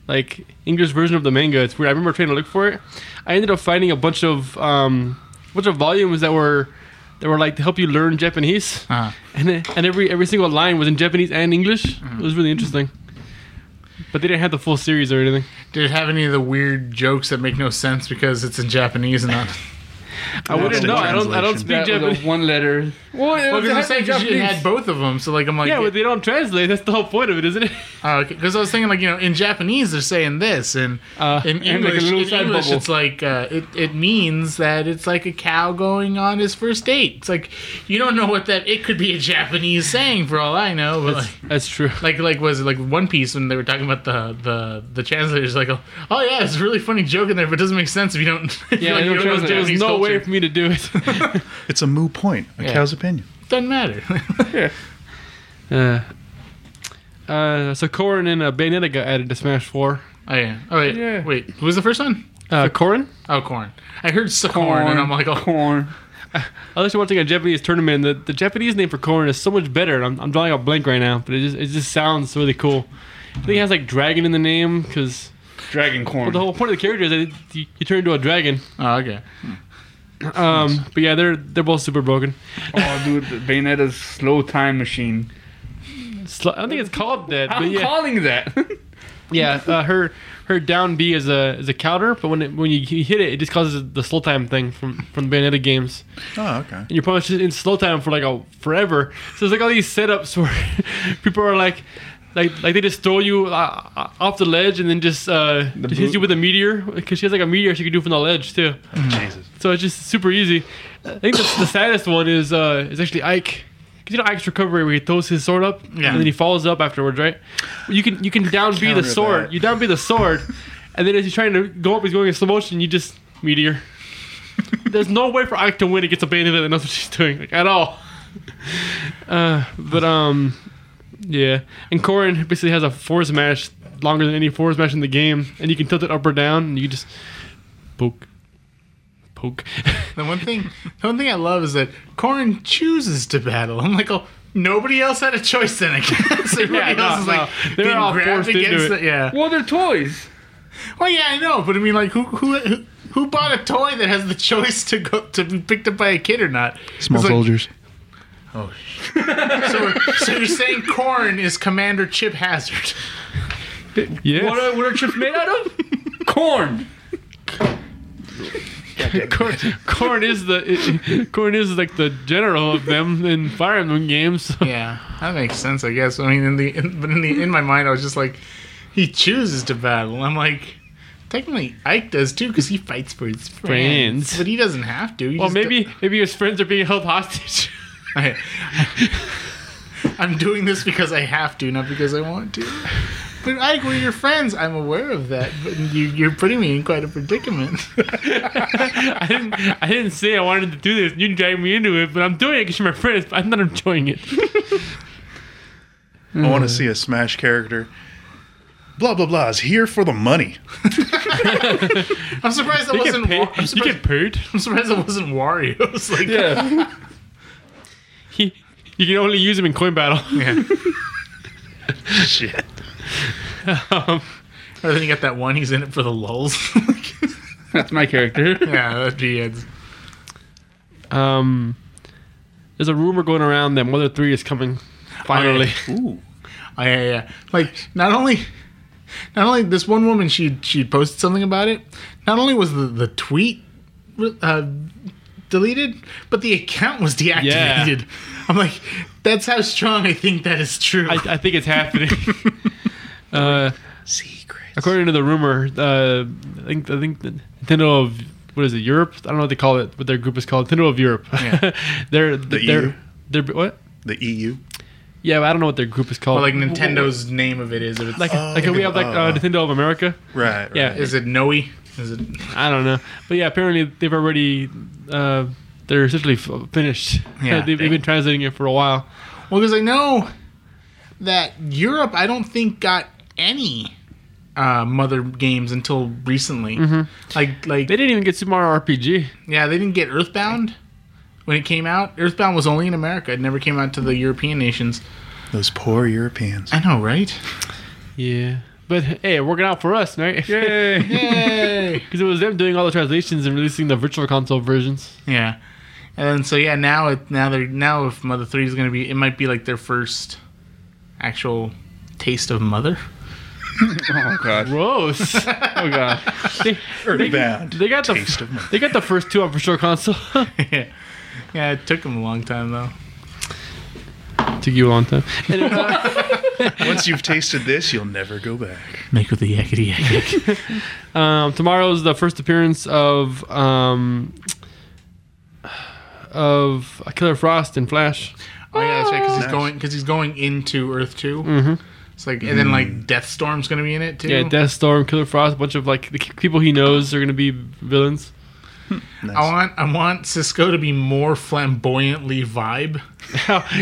[SPEAKER 2] like English version of the manga. It's weird. I remember trying to look for it. I ended up finding a bunch of um, a bunch of volumes that were that were like to help you learn Japanese.
[SPEAKER 1] Uh,
[SPEAKER 2] And, eh, and every every single line was in Japanese and English.
[SPEAKER 1] Mm-hmm.
[SPEAKER 2] It was really interesting. But they didn't have the full series or anything.
[SPEAKER 1] did it have any of the weird jokes that make no sense because it's in Japanese and not?
[SPEAKER 2] I wouldn't
[SPEAKER 4] the
[SPEAKER 2] know. I don't. I don't
[SPEAKER 4] translation.
[SPEAKER 2] speak Japanese.
[SPEAKER 3] one letter. Well, it
[SPEAKER 1] Well,
[SPEAKER 3] was
[SPEAKER 1] because I'm
[SPEAKER 3] happened
[SPEAKER 1] saying 'cause you
[SPEAKER 3] Japanese.
[SPEAKER 1] had both of them, so like I'm like,
[SPEAKER 2] Yeah, but they don't translate. That's the whole point of it, isn't it?
[SPEAKER 1] because I was thinking like you know in Japanese they're saying this, and
[SPEAKER 2] Uh,
[SPEAKER 1] in
[SPEAKER 3] and, like, a
[SPEAKER 1] English,
[SPEAKER 3] little
[SPEAKER 1] in
[SPEAKER 3] side
[SPEAKER 1] English
[SPEAKER 3] bubble.
[SPEAKER 1] it's like uh, it it means that it's like a cow going on his first date. It's like you don't know what that it could be a Japanese saying for all I know, but. Like,
[SPEAKER 2] That's true.
[SPEAKER 1] like like was it like One Piece when they were talking about the the the translators like oh yeah it's a really funny joke in there but it doesn't make sense if you don't if you,
[SPEAKER 2] Yeah,
[SPEAKER 1] like,
[SPEAKER 2] there
[SPEAKER 1] you
[SPEAKER 2] was-
[SPEAKER 1] don't know
[SPEAKER 2] there was
[SPEAKER 1] Japanese
[SPEAKER 2] no
[SPEAKER 1] culture.
[SPEAKER 2] way for me to do it.
[SPEAKER 4] It's a moo point, a
[SPEAKER 1] Yeah.
[SPEAKER 4] cow's opinion.
[SPEAKER 1] doesn't matter
[SPEAKER 2] uh, uh, so Corin and uh, Bayonetta got added to Smash Four.
[SPEAKER 1] oh yeah oh wait
[SPEAKER 3] Yeah.
[SPEAKER 1] wait who was the first one
[SPEAKER 2] Uh, Corin?
[SPEAKER 1] oh corn I heard corn and I'm like oh
[SPEAKER 3] corn.
[SPEAKER 2] I was watching a Japanese tournament. And the, the Japanese name for Corin is so much better. and I'm, I'm drawing a blank right now, but it just it just sounds really cool. I think it has like dragon in the name because
[SPEAKER 3] Dragon corn.
[SPEAKER 2] the whole point of the character is that it- you, you turn into a dragon.
[SPEAKER 1] oh okay
[SPEAKER 2] Um, but yeah, they're they're both super broken.
[SPEAKER 3] oh, dude, Bayonetta's slow time machine.
[SPEAKER 2] Sl- I don't think it's called that. But
[SPEAKER 3] I'm
[SPEAKER 2] yeah.
[SPEAKER 3] calling that.
[SPEAKER 2] Yeah, uh, her her down B is a is a counter, but when it, when you hit it, it just causes the slow time thing from from the Bayonetta games,
[SPEAKER 4] Oh, okay.
[SPEAKER 2] and you're punished in slow time for like a forever. So it's like all these setups where people are like. Like, like they just throw you uh, uh, off the ledge and then just, uh, just hits
[SPEAKER 3] boot.
[SPEAKER 2] you with a meteor because she has like a meteor she can do from the ledge too.
[SPEAKER 4] Jesus.
[SPEAKER 2] So it's just super easy. I think the, the saddest one is uh, is actually Ike. Cause you know Ike's recovery where he throws his sword up
[SPEAKER 1] Yeah.
[SPEAKER 2] and then he follows up afterwards, right? You can you can down B the
[SPEAKER 4] Counter
[SPEAKER 2] sword.
[SPEAKER 4] that.
[SPEAKER 2] You down B the sword, and then as he's trying to go up, he's going in slow motion. You just meteor. There's no way for Ike to win against a bandit that knows what she's doing like, at all. Uh, but um, yeah. And Corin basically has a forward smash longer than any forward smash in the game, and you can tilt it up or down, and you just poke, poke.
[SPEAKER 1] the one thing the one thing I love is that corn chooses to battle I'm like oh nobody else had a choice then I guess everybody
[SPEAKER 2] no,
[SPEAKER 1] else is like
[SPEAKER 2] no. They're
[SPEAKER 1] being
[SPEAKER 2] all
[SPEAKER 1] grabbed
[SPEAKER 2] forced into
[SPEAKER 1] against
[SPEAKER 2] it.
[SPEAKER 1] the- yeah
[SPEAKER 3] well, they're toys.
[SPEAKER 1] Well, yeah, I know, but I mean, like, who who who, who bought a toy that has the choice to go to be picked up by a kid or not?
[SPEAKER 4] Small
[SPEAKER 1] It's like-
[SPEAKER 4] soldiers. Oh,
[SPEAKER 1] So, so you're saying corn is Commander Chip Hazard?
[SPEAKER 2] Yes.
[SPEAKER 3] What are, what are chips made out of? Corn.
[SPEAKER 2] Corn, Corn is the Corn is like the general of them in Fire Emblem games.
[SPEAKER 1] Yeah, that makes sense, I guess. I mean, in the in, but in the in my mind, I was just like, he chooses to battle. I'm like. Technically, Ike does too because he fights for his friends,
[SPEAKER 2] Friends.
[SPEAKER 1] but he doesn't have to. He
[SPEAKER 2] Well,
[SPEAKER 1] just
[SPEAKER 2] maybe maybe his friends are being held hostage.
[SPEAKER 1] I, am doing this because I have to, not because I want to. But Ike, we're your friends. I'm aware of that, but you, you're putting me in quite a predicament.
[SPEAKER 2] I didn't. I didn't say I wanted to do this. You dragged me into it, but I'm doing it because you're my friends. But I'm not enjoying it.
[SPEAKER 4] I want to see a Smash character. Blah blah blah is here for the money.
[SPEAKER 1] I'm surprised that
[SPEAKER 2] You get
[SPEAKER 1] wasn't.
[SPEAKER 2] paid.
[SPEAKER 1] Wa- I'm,
[SPEAKER 2] You
[SPEAKER 1] surprised,
[SPEAKER 2] get paid.
[SPEAKER 1] I'm surprised that wasn't Wario's. Like,
[SPEAKER 3] Yeah.
[SPEAKER 2] He, you can only use him in coin battle.
[SPEAKER 4] Shit.
[SPEAKER 2] Um,
[SPEAKER 1] Or then you got that one. He's in it for the lulz.
[SPEAKER 3] That's my character.
[SPEAKER 1] yeah, that'd be it.
[SPEAKER 2] um, there's a rumor going around that Mother Three is coming. Finally,
[SPEAKER 4] Ooh.
[SPEAKER 1] Oh, yeah, yeah, yeah. Like not only, not only this one woman she she posted something about it. Not only was the the tweet uh, deleted, but the account was deactivated. I'm like, that's how strong I think that is true.
[SPEAKER 2] I, I think it's happening. uh,
[SPEAKER 4] Secrets.
[SPEAKER 2] According to the rumor, uh, I think I think the Nintendo of what is it Europe? I don't know what they call it, what their group is called Nintendo of Europe.
[SPEAKER 1] Yeah.
[SPEAKER 2] they're they're
[SPEAKER 4] EU?
[SPEAKER 2] they're what?
[SPEAKER 4] The E EU.
[SPEAKER 2] Yeah, but I don't know what their group is called.
[SPEAKER 1] Or like Nintendo's name of it is. If it's,
[SPEAKER 2] Like,
[SPEAKER 4] Oh,
[SPEAKER 2] like we have like uh,
[SPEAKER 4] uh,
[SPEAKER 2] Nintendo of America.
[SPEAKER 4] Right. right.
[SPEAKER 2] Yeah,
[SPEAKER 1] is it Noe? Is it?
[SPEAKER 2] I don't know, but yeah, apparently they've already uh, they're essentially f- finished.
[SPEAKER 1] Yeah.
[SPEAKER 2] they've, they've been translating it for a while.
[SPEAKER 1] Well, because I know that Europe, I don't think got any uh, mother games until recently.
[SPEAKER 2] Mm-hmm.
[SPEAKER 1] Like like
[SPEAKER 2] They didn't even get Super Mario RPG.
[SPEAKER 1] Yeah, they didn't get Earthbound when it came out. Earthbound was only in America. It never came out to the European nations.
[SPEAKER 4] Those poor Europeans.
[SPEAKER 1] I know, right?
[SPEAKER 2] Yeah, but hey, it working out for us, right?
[SPEAKER 3] Yay.
[SPEAKER 1] Yay!
[SPEAKER 2] Because it was them doing all the translations and releasing the virtual console versions.
[SPEAKER 1] yeah. And so yeah, now it now they're now if Mother 3 is going to be it might be like their first actual taste of Mother.
[SPEAKER 3] Oh god.
[SPEAKER 2] Gross.
[SPEAKER 3] Oh god.
[SPEAKER 2] they,
[SPEAKER 4] Earthbound.
[SPEAKER 2] they got the
[SPEAKER 4] Taste of money.
[SPEAKER 2] they got the first two on virtual console.
[SPEAKER 1] yeah. Yeah, it took them a long time though.
[SPEAKER 2] Took you a long time. And, uh,
[SPEAKER 4] Once you've tasted this, you'll never go back.
[SPEAKER 1] Make with the yakety yak.
[SPEAKER 2] Um, tomorrow's the first appearance of um, of Killer Frost and Flash.
[SPEAKER 1] oh yeah, that's right cuz he's
[SPEAKER 4] Nice.
[SPEAKER 1] going cuz he's going into Earth 2. It's like and then like Deathstorm's going to be in it too.
[SPEAKER 2] Yeah, Deathstorm, Killer Frost, a bunch of like the k- people he knows are gonna be villains.
[SPEAKER 4] Nice.
[SPEAKER 1] I want I want Cisco to be more flamboyantly vibe.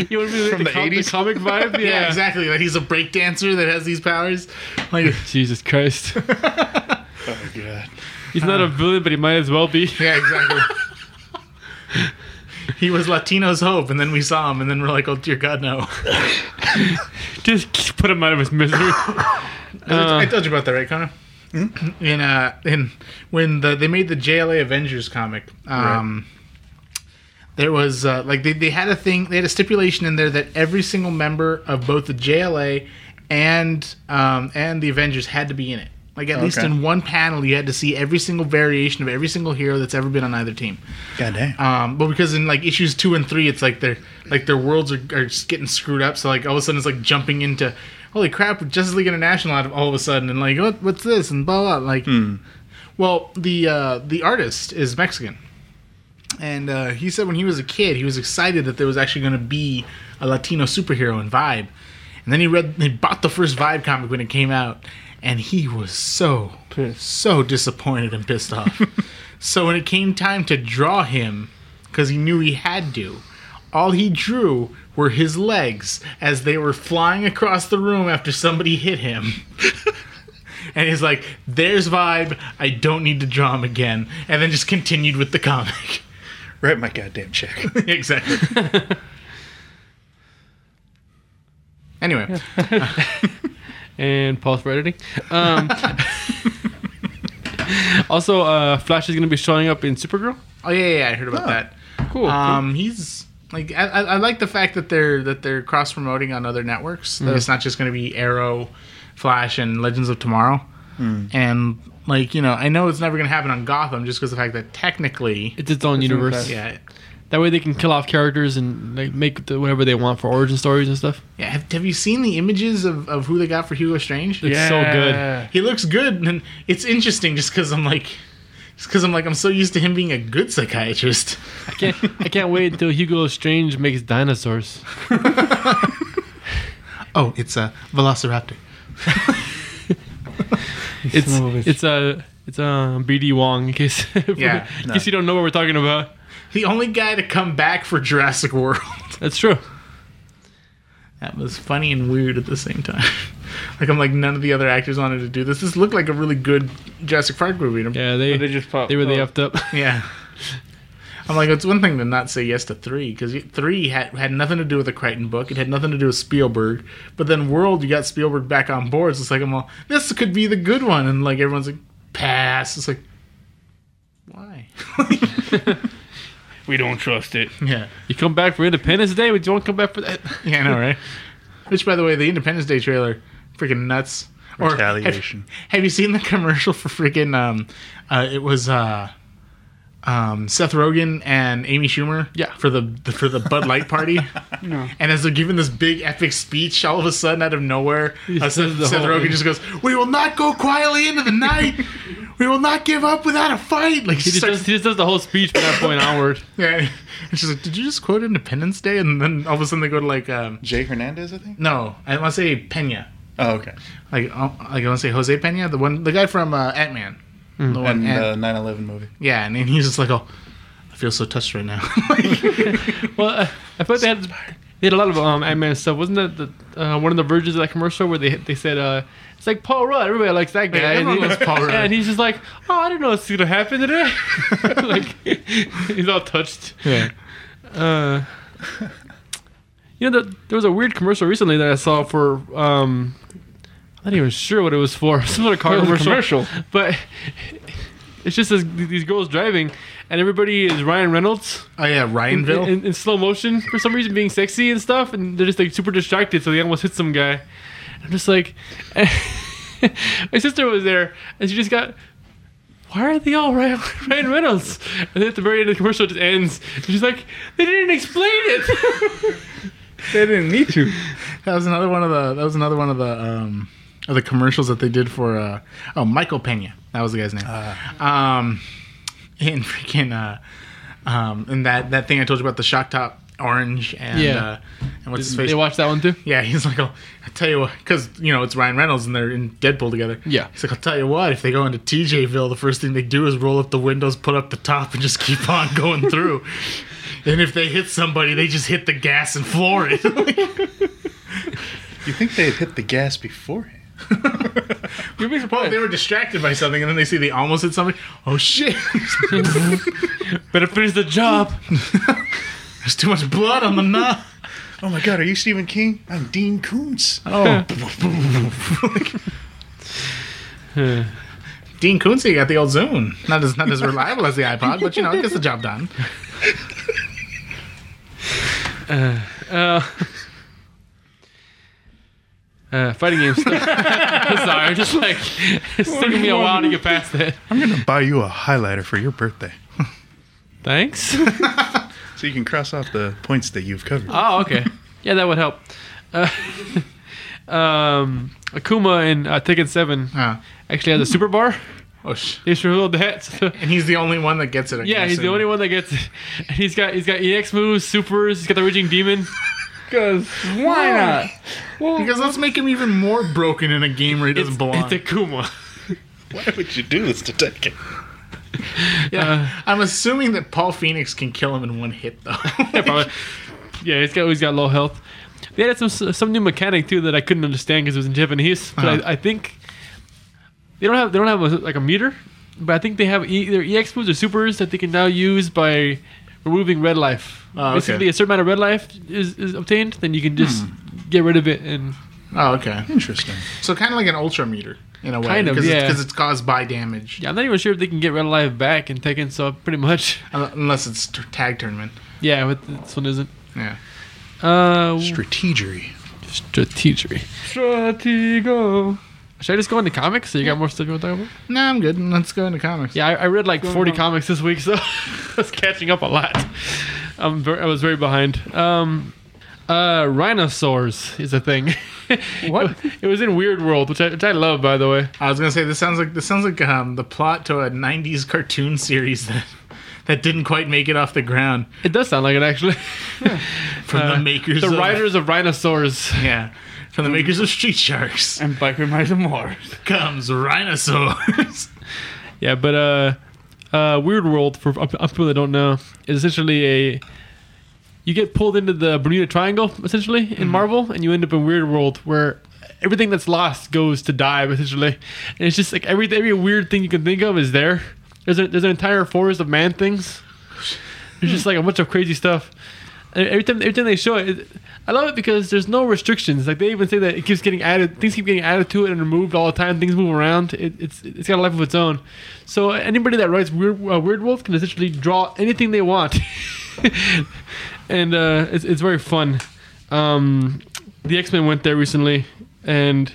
[SPEAKER 2] you want to be like
[SPEAKER 4] From
[SPEAKER 2] the,
[SPEAKER 4] the
[SPEAKER 2] com- the
[SPEAKER 4] 80s?
[SPEAKER 2] comic vibe? Yeah.
[SPEAKER 1] Yeah, exactly. That he's a breakdancer that has these powers. Like,
[SPEAKER 2] Jesus Christ,
[SPEAKER 4] Oh god.
[SPEAKER 2] he's not a villain, but he might as well be.
[SPEAKER 1] yeah, exactly. he was Latino's hope, and then we saw him, and then we're like, oh dear God, no.
[SPEAKER 2] Just put him out of his misery.
[SPEAKER 1] I told you about that, right, Connor? In uh, in when the they made the JLA Avengers comic, um, there was uh, like they, they had a thing, they had a stipulation in there that every single member of both the JLA and um, and the Avengers had to be in it. Like at least
[SPEAKER 4] Okay.
[SPEAKER 1] in one panel, you had to see every single variation of every single hero that's ever been on either team.
[SPEAKER 4] God damn.
[SPEAKER 1] Um, but because in like issues two and three, it's like their like their worlds are, are just getting screwed up. So like all of a sudden, it's like jumping into holy crap, Justice League International out of all of a sudden, and like what what's this and blah blah. Like, well, the uh, the artist is Mexican, and uh, he said when he was a kid, he was excited that there was actually going to be a Latino superhero in Vibe, and then he read he bought the first Vibe comic when it came out, and he was so so disappointed and pissed off. So when it came time to draw him, because he knew he had to, all he drew were his legs as they were flying across the room after somebody hit him. and he's like, "There's vibe. I don't need to draw him again." And then just continued with the comic.
[SPEAKER 4] Write my goddamn check.
[SPEAKER 1] exactly. anyway,
[SPEAKER 2] and pause for editing. Um, also, uh, Flash is gonna be showing up in Supergirl.
[SPEAKER 1] oh yeah, yeah, yeah, I heard about
[SPEAKER 4] Huh.
[SPEAKER 1] that.
[SPEAKER 2] Cool.
[SPEAKER 1] Um, he's like I, I I like the fact that they're that they're cross promoting on other networks.
[SPEAKER 2] Mm-hmm.
[SPEAKER 1] That it's not just going to be Arrow, Flash, and Legends of Tomorrow.
[SPEAKER 2] Mm.
[SPEAKER 1] And like you know, I know it's never going to happen on Gotham just because the fact that technically,
[SPEAKER 2] it's its own universe.
[SPEAKER 1] yeah,
[SPEAKER 2] That way they can kill off characters and like make the, whatever they want for origin stories and stuff.
[SPEAKER 1] yeah. Have, have you seen the images of, of who they got for Hugo Strange?
[SPEAKER 2] It's so good.
[SPEAKER 1] He looks good, and it's interesting just because I'm like, just because I'm like I'm so used to him being a good psychiatrist.
[SPEAKER 2] I can't, I can't wait until Hugo Strange makes dinosaurs. uh,
[SPEAKER 1] Oh, it's a Velociraptor.
[SPEAKER 2] It's it's uh, it's uh, BD Wong. In case
[SPEAKER 1] Yeah,
[SPEAKER 2] in
[SPEAKER 4] no.
[SPEAKER 2] case you don't know what we're talking about,
[SPEAKER 1] the only guy to come back for Jurassic World.
[SPEAKER 2] that's true.
[SPEAKER 1] That was funny and weird at the same time. like I'm like none of the other actors wanted to do this. This looked like a really good Jurassic Park movie. to-
[SPEAKER 2] Yeah, they
[SPEAKER 3] They just pop.
[SPEAKER 2] they really
[SPEAKER 3] oh.
[SPEAKER 2] effed up.
[SPEAKER 1] Yeah. I'm like, it's one thing to not say yes to three because three had had nothing to do with the Crichton book. It had nothing to do with Spielberg. But then World, you got Spielberg back on board. So it's like, I'm all, this could be the good one, and like everyone's like, pass. It's like, why?
[SPEAKER 3] We don't trust it.
[SPEAKER 1] yeah,
[SPEAKER 2] You come back for Independence Day, but you won't come back for that.
[SPEAKER 1] yeah, I know, right? Which, by the way, the Independence Day trailer, freaking nuts. Or-
[SPEAKER 4] Retaliation.
[SPEAKER 1] Have you seen the commercial for freaking um uh it was uh um Seth Rogen and Amy Schumer
[SPEAKER 2] Yeah.
[SPEAKER 1] for the, the for the Bud Light party?
[SPEAKER 3] No.
[SPEAKER 1] And as they're giving this big epic speech, all of a sudden out of nowhere, uh,
[SPEAKER 2] says
[SPEAKER 1] Seth,
[SPEAKER 2] the
[SPEAKER 1] Seth
[SPEAKER 2] whole
[SPEAKER 1] Rogen
[SPEAKER 2] thing.
[SPEAKER 1] just goes, "We will not go quietly into the night. we will not give up without a fight." Like
[SPEAKER 2] He just,
[SPEAKER 1] starts-
[SPEAKER 2] does, he just does the whole speech from that point onward.
[SPEAKER 1] yeah. And she's like, "Did you just quote Independence Day?" And then all of a sudden they go to like um
[SPEAKER 4] Jay Hernandez, I think.
[SPEAKER 1] no, I want to say Pena.
[SPEAKER 4] Oh, okay.
[SPEAKER 1] Like, uh, like I want to say Jose Pena, the one, the guy from uh, Ant Man,
[SPEAKER 2] Mm.
[SPEAKER 1] the one
[SPEAKER 4] And uh,
[SPEAKER 1] Ant-
[SPEAKER 4] the 9/11 movie.
[SPEAKER 1] Yeah, and then he's just like, oh, I feel so touched right now. oh,
[SPEAKER 2] Well, uh, I feel like they had, they had a lot of um, Ant Man stuff. Wasn't that the, uh, one of the versions of that commercial where they they said uh, it's like Paul Rudd, everybody likes that guy, and,
[SPEAKER 1] everyone
[SPEAKER 2] he-
[SPEAKER 1] loves Paul Rudd.
[SPEAKER 2] and he's just like, oh, I didn't know it's gonna happen today. like he's all touched.
[SPEAKER 1] yeah.
[SPEAKER 2] Uh, you know, the, there was a weird commercial recently that I saw for. Um, I'm not even sure what it was for. Some sort of car
[SPEAKER 3] It was a
[SPEAKER 2] Oh, commercial.
[SPEAKER 3] commercial.
[SPEAKER 2] But it's just this, these girls driving, and everybody is Ryan Reynolds
[SPEAKER 1] Oh yeah,
[SPEAKER 2] in,
[SPEAKER 1] Ryanville.
[SPEAKER 2] in, in slow motion for some reason, being sexy and stuff, and they're just like super distracted, so they almost hit some guy. I'm just like, my sister was there, and she just got. Why are they all Ryan, Ryan Reynolds? And then at the very end of the commercial, it just ends. And she's like, they didn't explain it.
[SPEAKER 3] They didn't need to.
[SPEAKER 1] that was another one of the. That was another one of the. Um, of the commercials that they did for uh, oh Michael Pena, that was the guy's name.
[SPEAKER 2] Ah.
[SPEAKER 1] um, in freaking uh, um, and that that thing I told you about the shock top orange and
[SPEAKER 2] Yeah.
[SPEAKER 1] uh, and what's his face?
[SPEAKER 2] they watched that one too.
[SPEAKER 1] Yeah, he's like, oh, I tell you what, because you know it's Ryan Reynolds and they're in Deadpool together.
[SPEAKER 2] Yeah.
[SPEAKER 1] he's like, I'll tell you what, if they go into TJville, the first thing they do is roll up the windows, put up the top, and just keep on going through. and if they hit somebody, they just hit the gas and floor it.
[SPEAKER 4] You think they'd hit the gas beforehand?
[SPEAKER 2] You'd be
[SPEAKER 1] well,
[SPEAKER 2] surprised.
[SPEAKER 1] they were distracted by something, and then they see they almost hit somebody. Oh shit!
[SPEAKER 2] Better finish the job.
[SPEAKER 1] There's too much blood on the knob.
[SPEAKER 4] Oh my God, are you Stephen King? I'm Dean Koontz.
[SPEAKER 1] Oh. Dean Koontz got the old Zune. Not as not as reliable as the iPod, but you know it gets the job done.
[SPEAKER 2] Uh, uh, fighting games. Sorry, I'm just like it's taking me a while to get past that.
[SPEAKER 4] I'm gonna buy you a highlighter for your birthday,
[SPEAKER 2] Thanks.
[SPEAKER 4] so you can cross off the points that you've covered.
[SPEAKER 2] Oh, okay. Yeah, that would help. Uh, um, Akuma in uh, Tekken Seven
[SPEAKER 1] Uh,
[SPEAKER 2] actually has a super bar.
[SPEAKER 1] oh sh-
[SPEAKER 2] They just revealed that. So,
[SPEAKER 1] And he's the only one that gets it. I
[SPEAKER 2] yeah,
[SPEAKER 1] guess,
[SPEAKER 2] he's the
[SPEAKER 1] and-
[SPEAKER 2] only one that gets. It. And He's got he's got EX moves, supers. He's got the raging demon.
[SPEAKER 3] Because why not?
[SPEAKER 1] Because let's make him even more broken in a game where he doesn't
[SPEAKER 2] It's,
[SPEAKER 1] belong.
[SPEAKER 2] it's Akuma.
[SPEAKER 4] Why would you do this to Tekken?
[SPEAKER 2] uh,
[SPEAKER 1] yeah. I'm assuming that Paul Phoenix can kill him in one hit, though.
[SPEAKER 2] Yeah, probably. Yeah, he's got he's got low health. They added some some new mechanic too that I couldn't understand because it was in Japanese. But
[SPEAKER 1] Uh-huh.
[SPEAKER 2] I, I think they don't have they don't have a, like a meter, but I think they have e- either EX moves or supers that they can now use by removing red life.
[SPEAKER 1] Oh, okay.
[SPEAKER 2] Basically, a certain amount of red life is, is obtained, then you can just
[SPEAKER 1] Hmm.
[SPEAKER 2] get rid of it. And
[SPEAKER 1] oh, okay.
[SPEAKER 4] Interesting.
[SPEAKER 1] So kind of like an ultra meter in a way,
[SPEAKER 2] Kind of,
[SPEAKER 1] because
[SPEAKER 2] yeah.
[SPEAKER 1] it's, 'cause it's caused by damage,
[SPEAKER 2] yeah, I'm not even sure if they can get red life back in Tekken. So pretty much,
[SPEAKER 1] Un- unless it's t- tag tournament.
[SPEAKER 2] yeah, but this one isn't.
[SPEAKER 1] Yeah.
[SPEAKER 2] Uh,
[SPEAKER 4] Strategery.
[SPEAKER 2] strategy.
[SPEAKER 3] Stratego.
[SPEAKER 2] Should I just go into comics? So you got more stuff you want to talk about?
[SPEAKER 1] No, I'm good. Let's go into comics.
[SPEAKER 2] Yeah, I, I read like 40
[SPEAKER 3] on?
[SPEAKER 2] comics this week, so I was catching up a lot. I'm ver I was very behind. Um, uh, rhinosaurs is a thing.
[SPEAKER 3] What?
[SPEAKER 2] It, was in Weird World, which I, which I love, by the way.
[SPEAKER 1] I was gonna say this sounds like this sounds like um, the plot to a '90s cartoon series that that didn't quite make it off the ground
[SPEAKER 2] It does sound like it, actually.
[SPEAKER 1] from
[SPEAKER 2] Uh,
[SPEAKER 1] the makers. of-
[SPEAKER 2] the writers of rhinosaurs.
[SPEAKER 1] Yeah. from the makers of Street Sharks
[SPEAKER 3] And Biker Mice and Mars.
[SPEAKER 1] comes Rhinosaurs.
[SPEAKER 2] Yeah, but uh, uh, Weird World for up, up people that don't know is essentially a you get pulled into the Bermuda Triangle essentially in Marvel, and you end up in Weird World where everything that's lost goes to die essentially, and it's just like every every weird thing you can think of is there. There's a, there's an entire forest of man things. There's just like a bunch of crazy stuff. And every time every time they show it, it- I love it because there's no restrictions. Like they even say that it keeps getting added, things keep getting added to it and removed all the time. Things move around. It, it's it's got a life of its own. So anybody that writes Weird, uh, Weird Wolf can essentially draw anything they want, and uh, it's it's very fun. Um, the X Men went there recently, and.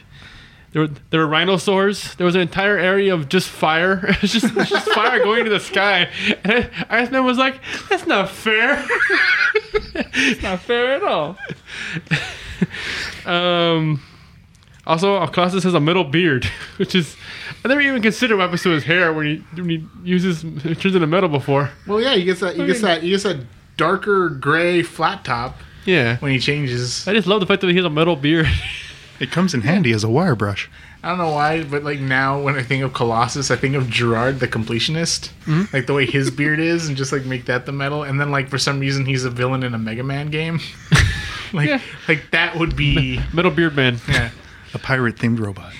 [SPEAKER 2] There were, there were rhinosaurs. There was an entire area of just fire. It was just, it was just fire going to the sky. And Ice Man was like, that's not fair.
[SPEAKER 3] It's not fair at all.
[SPEAKER 2] Um, also, Colossus has a metal beard, which is I never even considered what happens to his hair when he, when he uses it turns into metal before.
[SPEAKER 1] well, yeah, he gets that. He gets that. He gets that darker gray flat top
[SPEAKER 2] Yeah,
[SPEAKER 1] when he changes.
[SPEAKER 2] I just love the fact that he has a metal beard.
[SPEAKER 4] It comes in handy as a wire brush.
[SPEAKER 1] I don't know why, but like now when I think of Colossus, I think of Gerard the completionist,
[SPEAKER 2] Hmm?
[SPEAKER 1] like the way his beard is, and just like make that the metal. And then like for some reason he's a villain in a Mega Man game. like
[SPEAKER 2] Yeah.
[SPEAKER 1] like that would be
[SPEAKER 2] metal beard man.
[SPEAKER 1] yeah.
[SPEAKER 4] A pirate themed robot.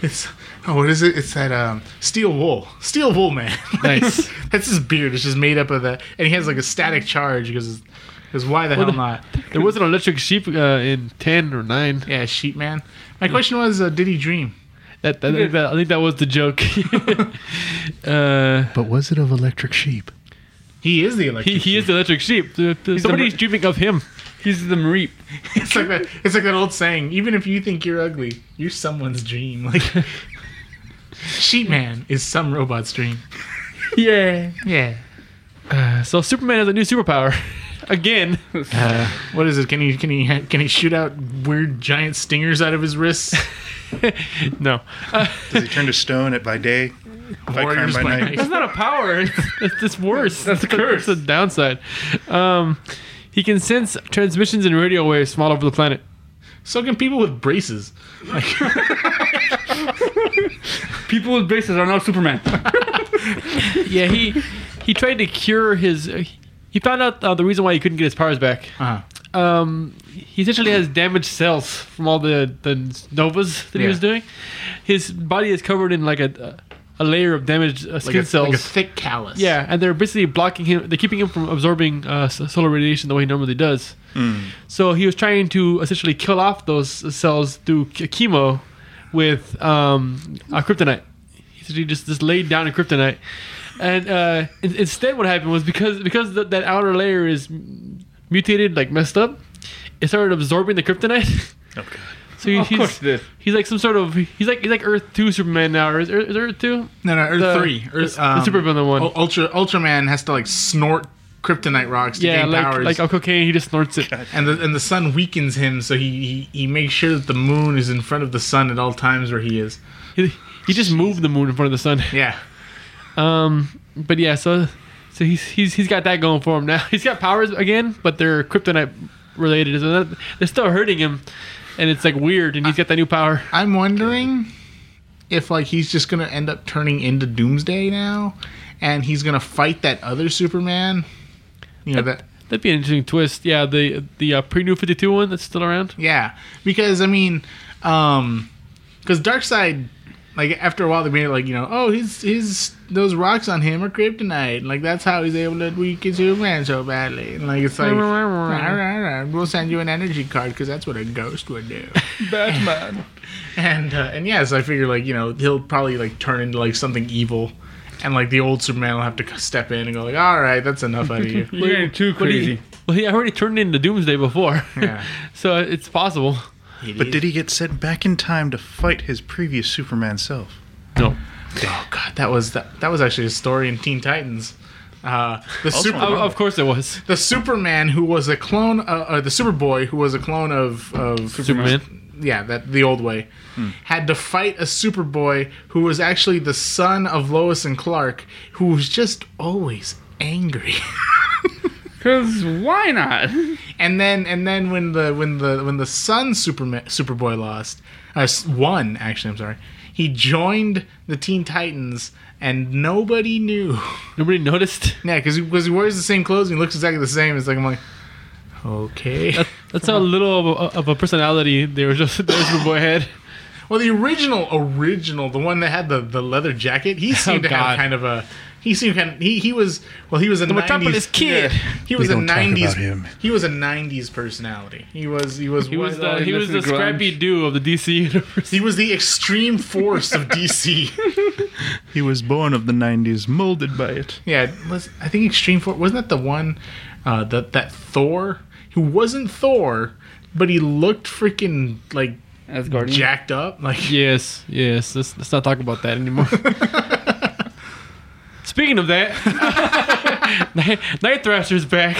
[SPEAKER 1] It's oh, what is it? It's that um, steel wool, steel wool man.
[SPEAKER 2] Nice.
[SPEAKER 1] That's his beard. It's just made up of that, and he has like a static charge because because why the hell
[SPEAKER 2] the-
[SPEAKER 1] not?
[SPEAKER 2] There was an electric sheep uh, in ten or nine.
[SPEAKER 1] Yeah, sheep man. My question was, uh, did he dream?
[SPEAKER 2] That, that, I, think that I think that was the joke. uh,
[SPEAKER 4] But was it of electric sheep?
[SPEAKER 1] He is the electric.
[SPEAKER 2] he, he is the electric sheep. The- the- Somebody's dreaming of him.
[SPEAKER 3] He's the Mareep.
[SPEAKER 1] it's like that. It's like that old saying. Even if you think you're ugly, you're someone's dream. Like sheep man is some robot's dream.
[SPEAKER 3] Yeah.
[SPEAKER 1] Yeah.
[SPEAKER 2] Uh, so Superman has a new superpower. Again,
[SPEAKER 1] Uh, what is it? Can he can he can he shoot out weird giant stingers out of his wrists?
[SPEAKER 2] no. Uh,
[SPEAKER 4] Does he turn to stone at by day?
[SPEAKER 1] Warriors
[SPEAKER 4] by
[SPEAKER 1] by
[SPEAKER 4] night.
[SPEAKER 1] night.
[SPEAKER 3] That's not a power.
[SPEAKER 2] It's just worse.
[SPEAKER 3] That's a curse.
[SPEAKER 2] That's the downside. Um, he can sense transmissions and radio waves from all over the planet.
[SPEAKER 1] So can people with braces.
[SPEAKER 3] People with braces are not Superman.
[SPEAKER 2] Yeah, he he tried to cure his. He found out uh, the reason why he couldn't get his powers back.
[SPEAKER 1] Uh-huh.
[SPEAKER 2] Um, he essentially has damaged cells from all the the novas that he
[SPEAKER 1] Yeah.
[SPEAKER 2] was doing. His body is covered in like a a layer of damaged uh, skin
[SPEAKER 1] like a,
[SPEAKER 2] cells.
[SPEAKER 1] like a thick callus.
[SPEAKER 2] Yeah, and they're basically blocking him. They're keeping him from absorbing uh, s- solar radiation the way he normally does.
[SPEAKER 3] Hmm.
[SPEAKER 2] So he was trying to essentially kill off those s- cells through k- chemo with um, uh, kryptonite. He said he just just laid down in kryptonite, and uh, in- instead, what happened was because because th- that outer layer is m- mutated, like messed up, it started absorbing the kryptonite.
[SPEAKER 4] Oh, God.
[SPEAKER 2] So he-
[SPEAKER 3] of course,
[SPEAKER 2] he's,
[SPEAKER 3] this.
[SPEAKER 2] he's like some sort of he's like he's like Earth two Superman now, or is Earth, is Earth two?
[SPEAKER 1] No, no, Earth
[SPEAKER 2] The-
[SPEAKER 1] three. Earth,
[SPEAKER 2] the supervillain one.
[SPEAKER 1] Ul- Ultra Ultraman has to like snort kryptonite rocks to
[SPEAKER 2] Yeah,
[SPEAKER 1] gain
[SPEAKER 2] like
[SPEAKER 1] powers.
[SPEAKER 2] like on cocaine, he just snorts it.
[SPEAKER 1] and the and the sun weakens him, so he, he he makes sure that the moon is in front of the sun at all times where he is.
[SPEAKER 2] He, he just moved the moon in front of the sun.
[SPEAKER 1] Yeah,
[SPEAKER 2] Um, but yeah, so so he's he's he's got that going for him now. He's got powers again, but they're kryptonite related. So that, they're still hurting him, and it's like weird. And he's got that new power.
[SPEAKER 1] I'm wondering if like he's just gonna end up turning into Doomsday now, and he's gonna fight that other Superman. You know that
[SPEAKER 2] That'd be an interesting twist. Yeah, the the uh, pre New Fifty Two one that's still around.
[SPEAKER 1] Yeah, because I mean, um, because Darkseid, like after a while, they made it like you know, oh, his his those rocks on him are kryptonite, and, like that's how he's able to weaken Superman so badly, and like it's like, "Rah, rah, rah, we'll send you an energy card because that's what a ghost would do,
[SPEAKER 3] Batman.
[SPEAKER 1] and uh, and yeah, so I figure like you know he'll probably like turn into like something evil. And like the old Superman will have to step in and go like, "All right, that's enough out of you."
[SPEAKER 3] You're getting too
[SPEAKER 2] But he-
[SPEAKER 3] crazy.
[SPEAKER 2] well, he already turned into Doomsday before,
[SPEAKER 1] Yeah.
[SPEAKER 2] so uh, it's possible.
[SPEAKER 4] But did he get sent back in time to fight his previous Superman self?
[SPEAKER 2] No,
[SPEAKER 1] Oh god, that was that, that was actually a story in Teen Titans. Uh, the
[SPEAKER 4] Also
[SPEAKER 1] super,
[SPEAKER 4] on
[SPEAKER 2] of, of course it was
[SPEAKER 1] the Superman who was a clone, uh, or the Superboy who was a clone of of
[SPEAKER 2] Superman. Hmm.
[SPEAKER 1] Yeah, that the old way had to fight a Superboy who was actually the son of Lois and Clark, who was just always angry.
[SPEAKER 3] Cause why not?
[SPEAKER 1] And then and then when the when the when the son Superman Superboy lost uh, s- won actually I'm sorry he joined the Teen Titans and nobody knew
[SPEAKER 2] Nobody noticed.
[SPEAKER 1] yeah because because he wears the same clothes and he looks exactly the same it's like I'm like okay
[SPEAKER 2] That, that's how little of a, of a personality they were just there's your boy had.
[SPEAKER 1] well the original original the one that had the, the leather jacket he seemed to
[SPEAKER 2] Oh, God.
[SPEAKER 1] have kind of a he seemed kind of, he he was well he was a the 90s,
[SPEAKER 2] Metropolis kid.
[SPEAKER 1] yeah, he was
[SPEAKER 4] We
[SPEAKER 1] a
[SPEAKER 4] don't talk about
[SPEAKER 1] 90s
[SPEAKER 4] him.
[SPEAKER 1] he was a 90s personality he was he was
[SPEAKER 2] He was
[SPEAKER 1] one-
[SPEAKER 2] the he was the
[SPEAKER 3] Listen to grunge.
[SPEAKER 2] scrappy do of the DC universe.
[SPEAKER 1] He was the extreme force of DC.
[SPEAKER 4] He was born of the 90s, molded by it.
[SPEAKER 1] yeah, was, I think extreme force wasn't that the one uh, that that Thor who wasn't Thor, but he looked freaking like
[SPEAKER 3] As Guardian.
[SPEAKER 1] jacked up. Like
[SPEAKER 2] Yes, yes. Let's, let's not talk about that anymore. Speaking of that, Night, Night Thrasher's back.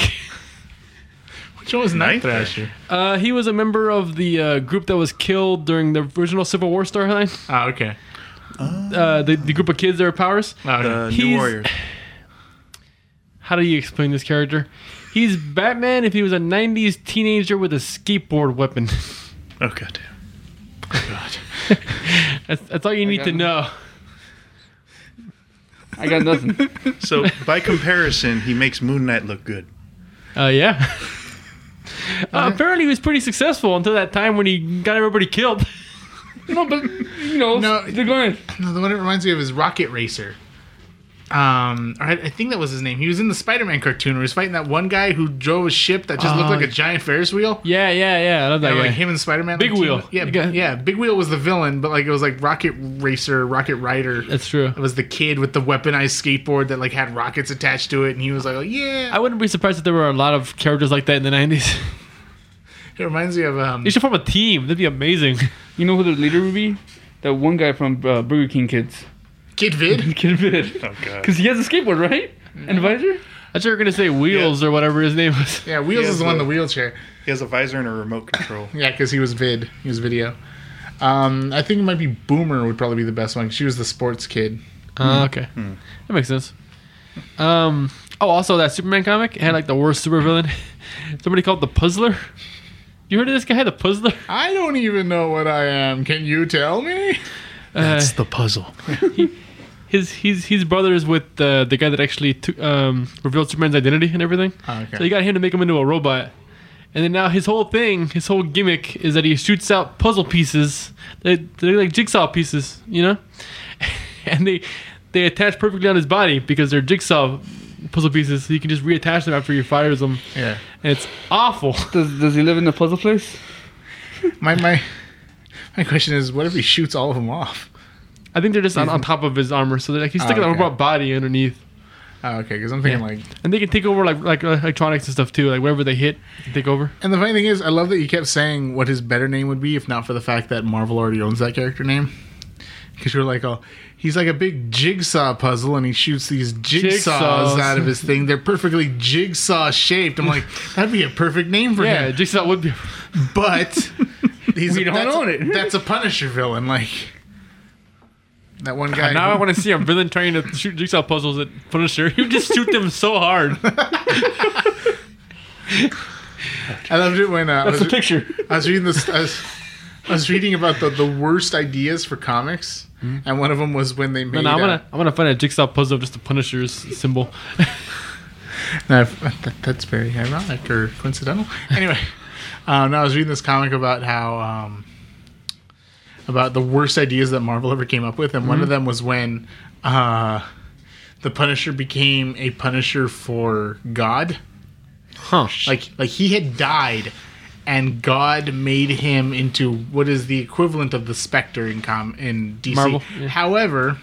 [SPEAKER 1] which one was Night
[SPEAKER 4] Night
[SPEAKER 1] Thrasher?
[SPEAKER 2] Uh, he was a member of the uh, group that was killed during the original Civil War storyline.
[SPEAKER 1] Oh, okay.
[SPEAKER 2] Uh, the, the group of kids that are powers.
[SPEAKER 1] Oh, okay.
[SPEAKER 4] The
[SPEAKER 2] He's-
[SPEAKER 4] Uh, New Warriors.
[SPEAKER 2] How do you explain this character? He's Batman if he was a 90s teenager with a skateboard weapon.
[SPEAKER 4] Oh, god.
[SPEAKER 2] That's, that's all you need
[SPEAKER 3] got
[SPEAKER 2] to
[SPEAKER 3] it.
[SPEAKER 2] know.
[SPEAKER 3] I got nothing.
[SPEAKER 4] So, by comparison, he makes Moon Knight look good.
[SPEAKER 2] Uh, yeah. Uh, apparently, he was pretty successful until that time when he got everybody killed.
[SPEAKER 3] no, but you know,
[SPEAKER 1] No.
[SPEAKER 3] they're going.
[SPEAKER 1] no, the one it reminds me of is Rocket Racer. Um, or I, I think that was his name. He was in the Spider-Man cartoon. Where he was fighting that one guy who drove a ship that just looked
[SPEAKER 2] Oh.
[SPEAKER 1] like a giant Ferris wheel.
[SPEAKER 2] Yeah, yeah, yeah. I love that
[SPEAKER 1] Yeah,
[SPEAKER 2] guy.
[SPEAKER 1] like him and Spider Man.
[SPEAKER 2] Big Wheel.
[SPEAKER 1] Yeah,
[SPEAKER 2] You got-
[SPEAKER 1] yeah. Big Wheel was the villain, but like it was like Rocket Racer, Rocket Rider. It
[SPEAKER 2] That's true.
[SPEAKER 1] was the kid with the weaponized skateboard that like had rockets attached to it, and he was like, oh, "Yeah."
[SPEAKER 2] I wouldn't be surprised if there were a lot of characters like that in the 90s.
[SPEAKER 1] It reminds me of um.
[SPEAKER 2] They should form a team. That'd be amazing.
[SPEAKER 3] You know who the leader would be? That one guy from uh, Burger King Kids.
[SPEAKER 1] Kid Vid.
[SPEAKER 3] Kid Vid.
[SPEAKER 4] Oh, god.
[SPEAKER 3] Because he has a skateboard, right? And visor?
[SPEAKER 2] I thought you were going to say Wheels or whatever his name was.
[SPEAKER 1] Yeah, Wheels
[SPEAKER 4] Yeah,
[SPEAKER 1] is the one in
[SPEAKER 4] so-
[SPEAKER 1] the wheelchair.
[SPEAKER 4] He has a visor and a remote control.
[SPEAKER 1] Yeah, because he was Vid. He was video. Um, I think it might be Boomer would probably be the best one. 'cause She was the sports kid.
[SPEAKER 2] Ah, okay.
[SPEAKER 3] Hmm.
[SPEAKER 2] That makes sense. Um, oh, also, that Superman comic it had like the worst supervillain. Somebody called the Puzzler. You heard of this guy, the Puzzler?
[SPEAKER 1] I don't even know what I am. Can you tell me?
[SPEAKER 2] Uh,
[SPEAKER 4] the puzzle.
[SPEAKER 2] his he's he's brothers with uh, the guy that actually took, um, revealed Superman's identity and everything.
[SPEAKER 1] Oh, okay.
[SPEAKER 2] So you got him to make him into a robot. And then now his whole thing, his whole gimmick is that he shoots out puzzle pieces. They, they're like jigsaw pieces, you know? And they they attach perfectly on his body because they're jigsaw puzzle pieces. So you can just reattach them after he fires them.
[SPEAKER 1] yeah.
[SPEAKER 2] And it's awful.
[SPEAKER 3] Does, does he live in the puzzle place?
[SPEAKER 1] My my my question is, what if he shoots all of them off?
[SPEAKER 2] I think they're just on, on top of his armor. So they're like, he's sticking
[SPEAKER 1] Oh,
[SPEAKER 2] a
[SPEAKER 1] Mm-hmm. okay.
[SPEAKER 2] robot body underneath.
[SPEAKER 1] Oh, okay, because I'm thinking
[SPEAKER 2] Yeah.
[SPEAKER 1] like
[SPEAKER 2] And they can take over like, like electronics and stuff too. Like wherever they hit, they take over.
[SPEAKER 1] And the funny thing is, I love that you kept saying what his better name would be if not for the fact that Marvel already owns that character name. Because you're like, oh, he's like a big jigsaw puzzle and he shoots these jigsaws,
[SPEAKER 2] Jigsaws.
[SPEAKER 1] out of his thing. They're perfectly jigsaw shaped. I'm like, that'd be a perfect name for
[SPEAKER 2] Yeah,
[SPEAKER 1] him.
[SPEAKER 2] Jigsaw would be.
[SPEAKER 1] But he's
[SPEAKER 3] We don't
[SPEAKER 1] that's,
[SPEAKER 3] own it.
[SPEAKER 1] that's a Punisher villain. Like, that one guy.
[SPEAKER 2] Now I want to see a villain trying to shoot jigsaw puzzles at Punisher. He would just shoot them so hard.
[SPEAKER 1] I loved it when uh, I, was,
[SPEAKER 3] picture.
[SPEAKER 1] I was reading this. I was, I was reading about the, the worst ideas for comics,
[SPEAKER 3] Hmm.
[SPEAKER 1] and one of them was when they made.
[SPEAKER 2] And I'm
[SPEAKER 1] uh,
[SPEAKER 2] gonna, I'm gonna find a jigsaw puzzle of just the Punisher's symbol.
[SPEAKER 1] No, that, that's very ironic or coincidental. Anyway, um, no, I was reading this comic about how um, about the worst ideas that Marvel ever came up with, and one of them was when uh, the Punisher became a Punisher for God.
[SPEAKER 2] Huh?
[SPEAKER 1] Like, like he had died, and God made him into what is the equivalent of the Spectre in com in DC.
[SPEAKER 2] Marvel, yeah.
[SPEAKER 1] However.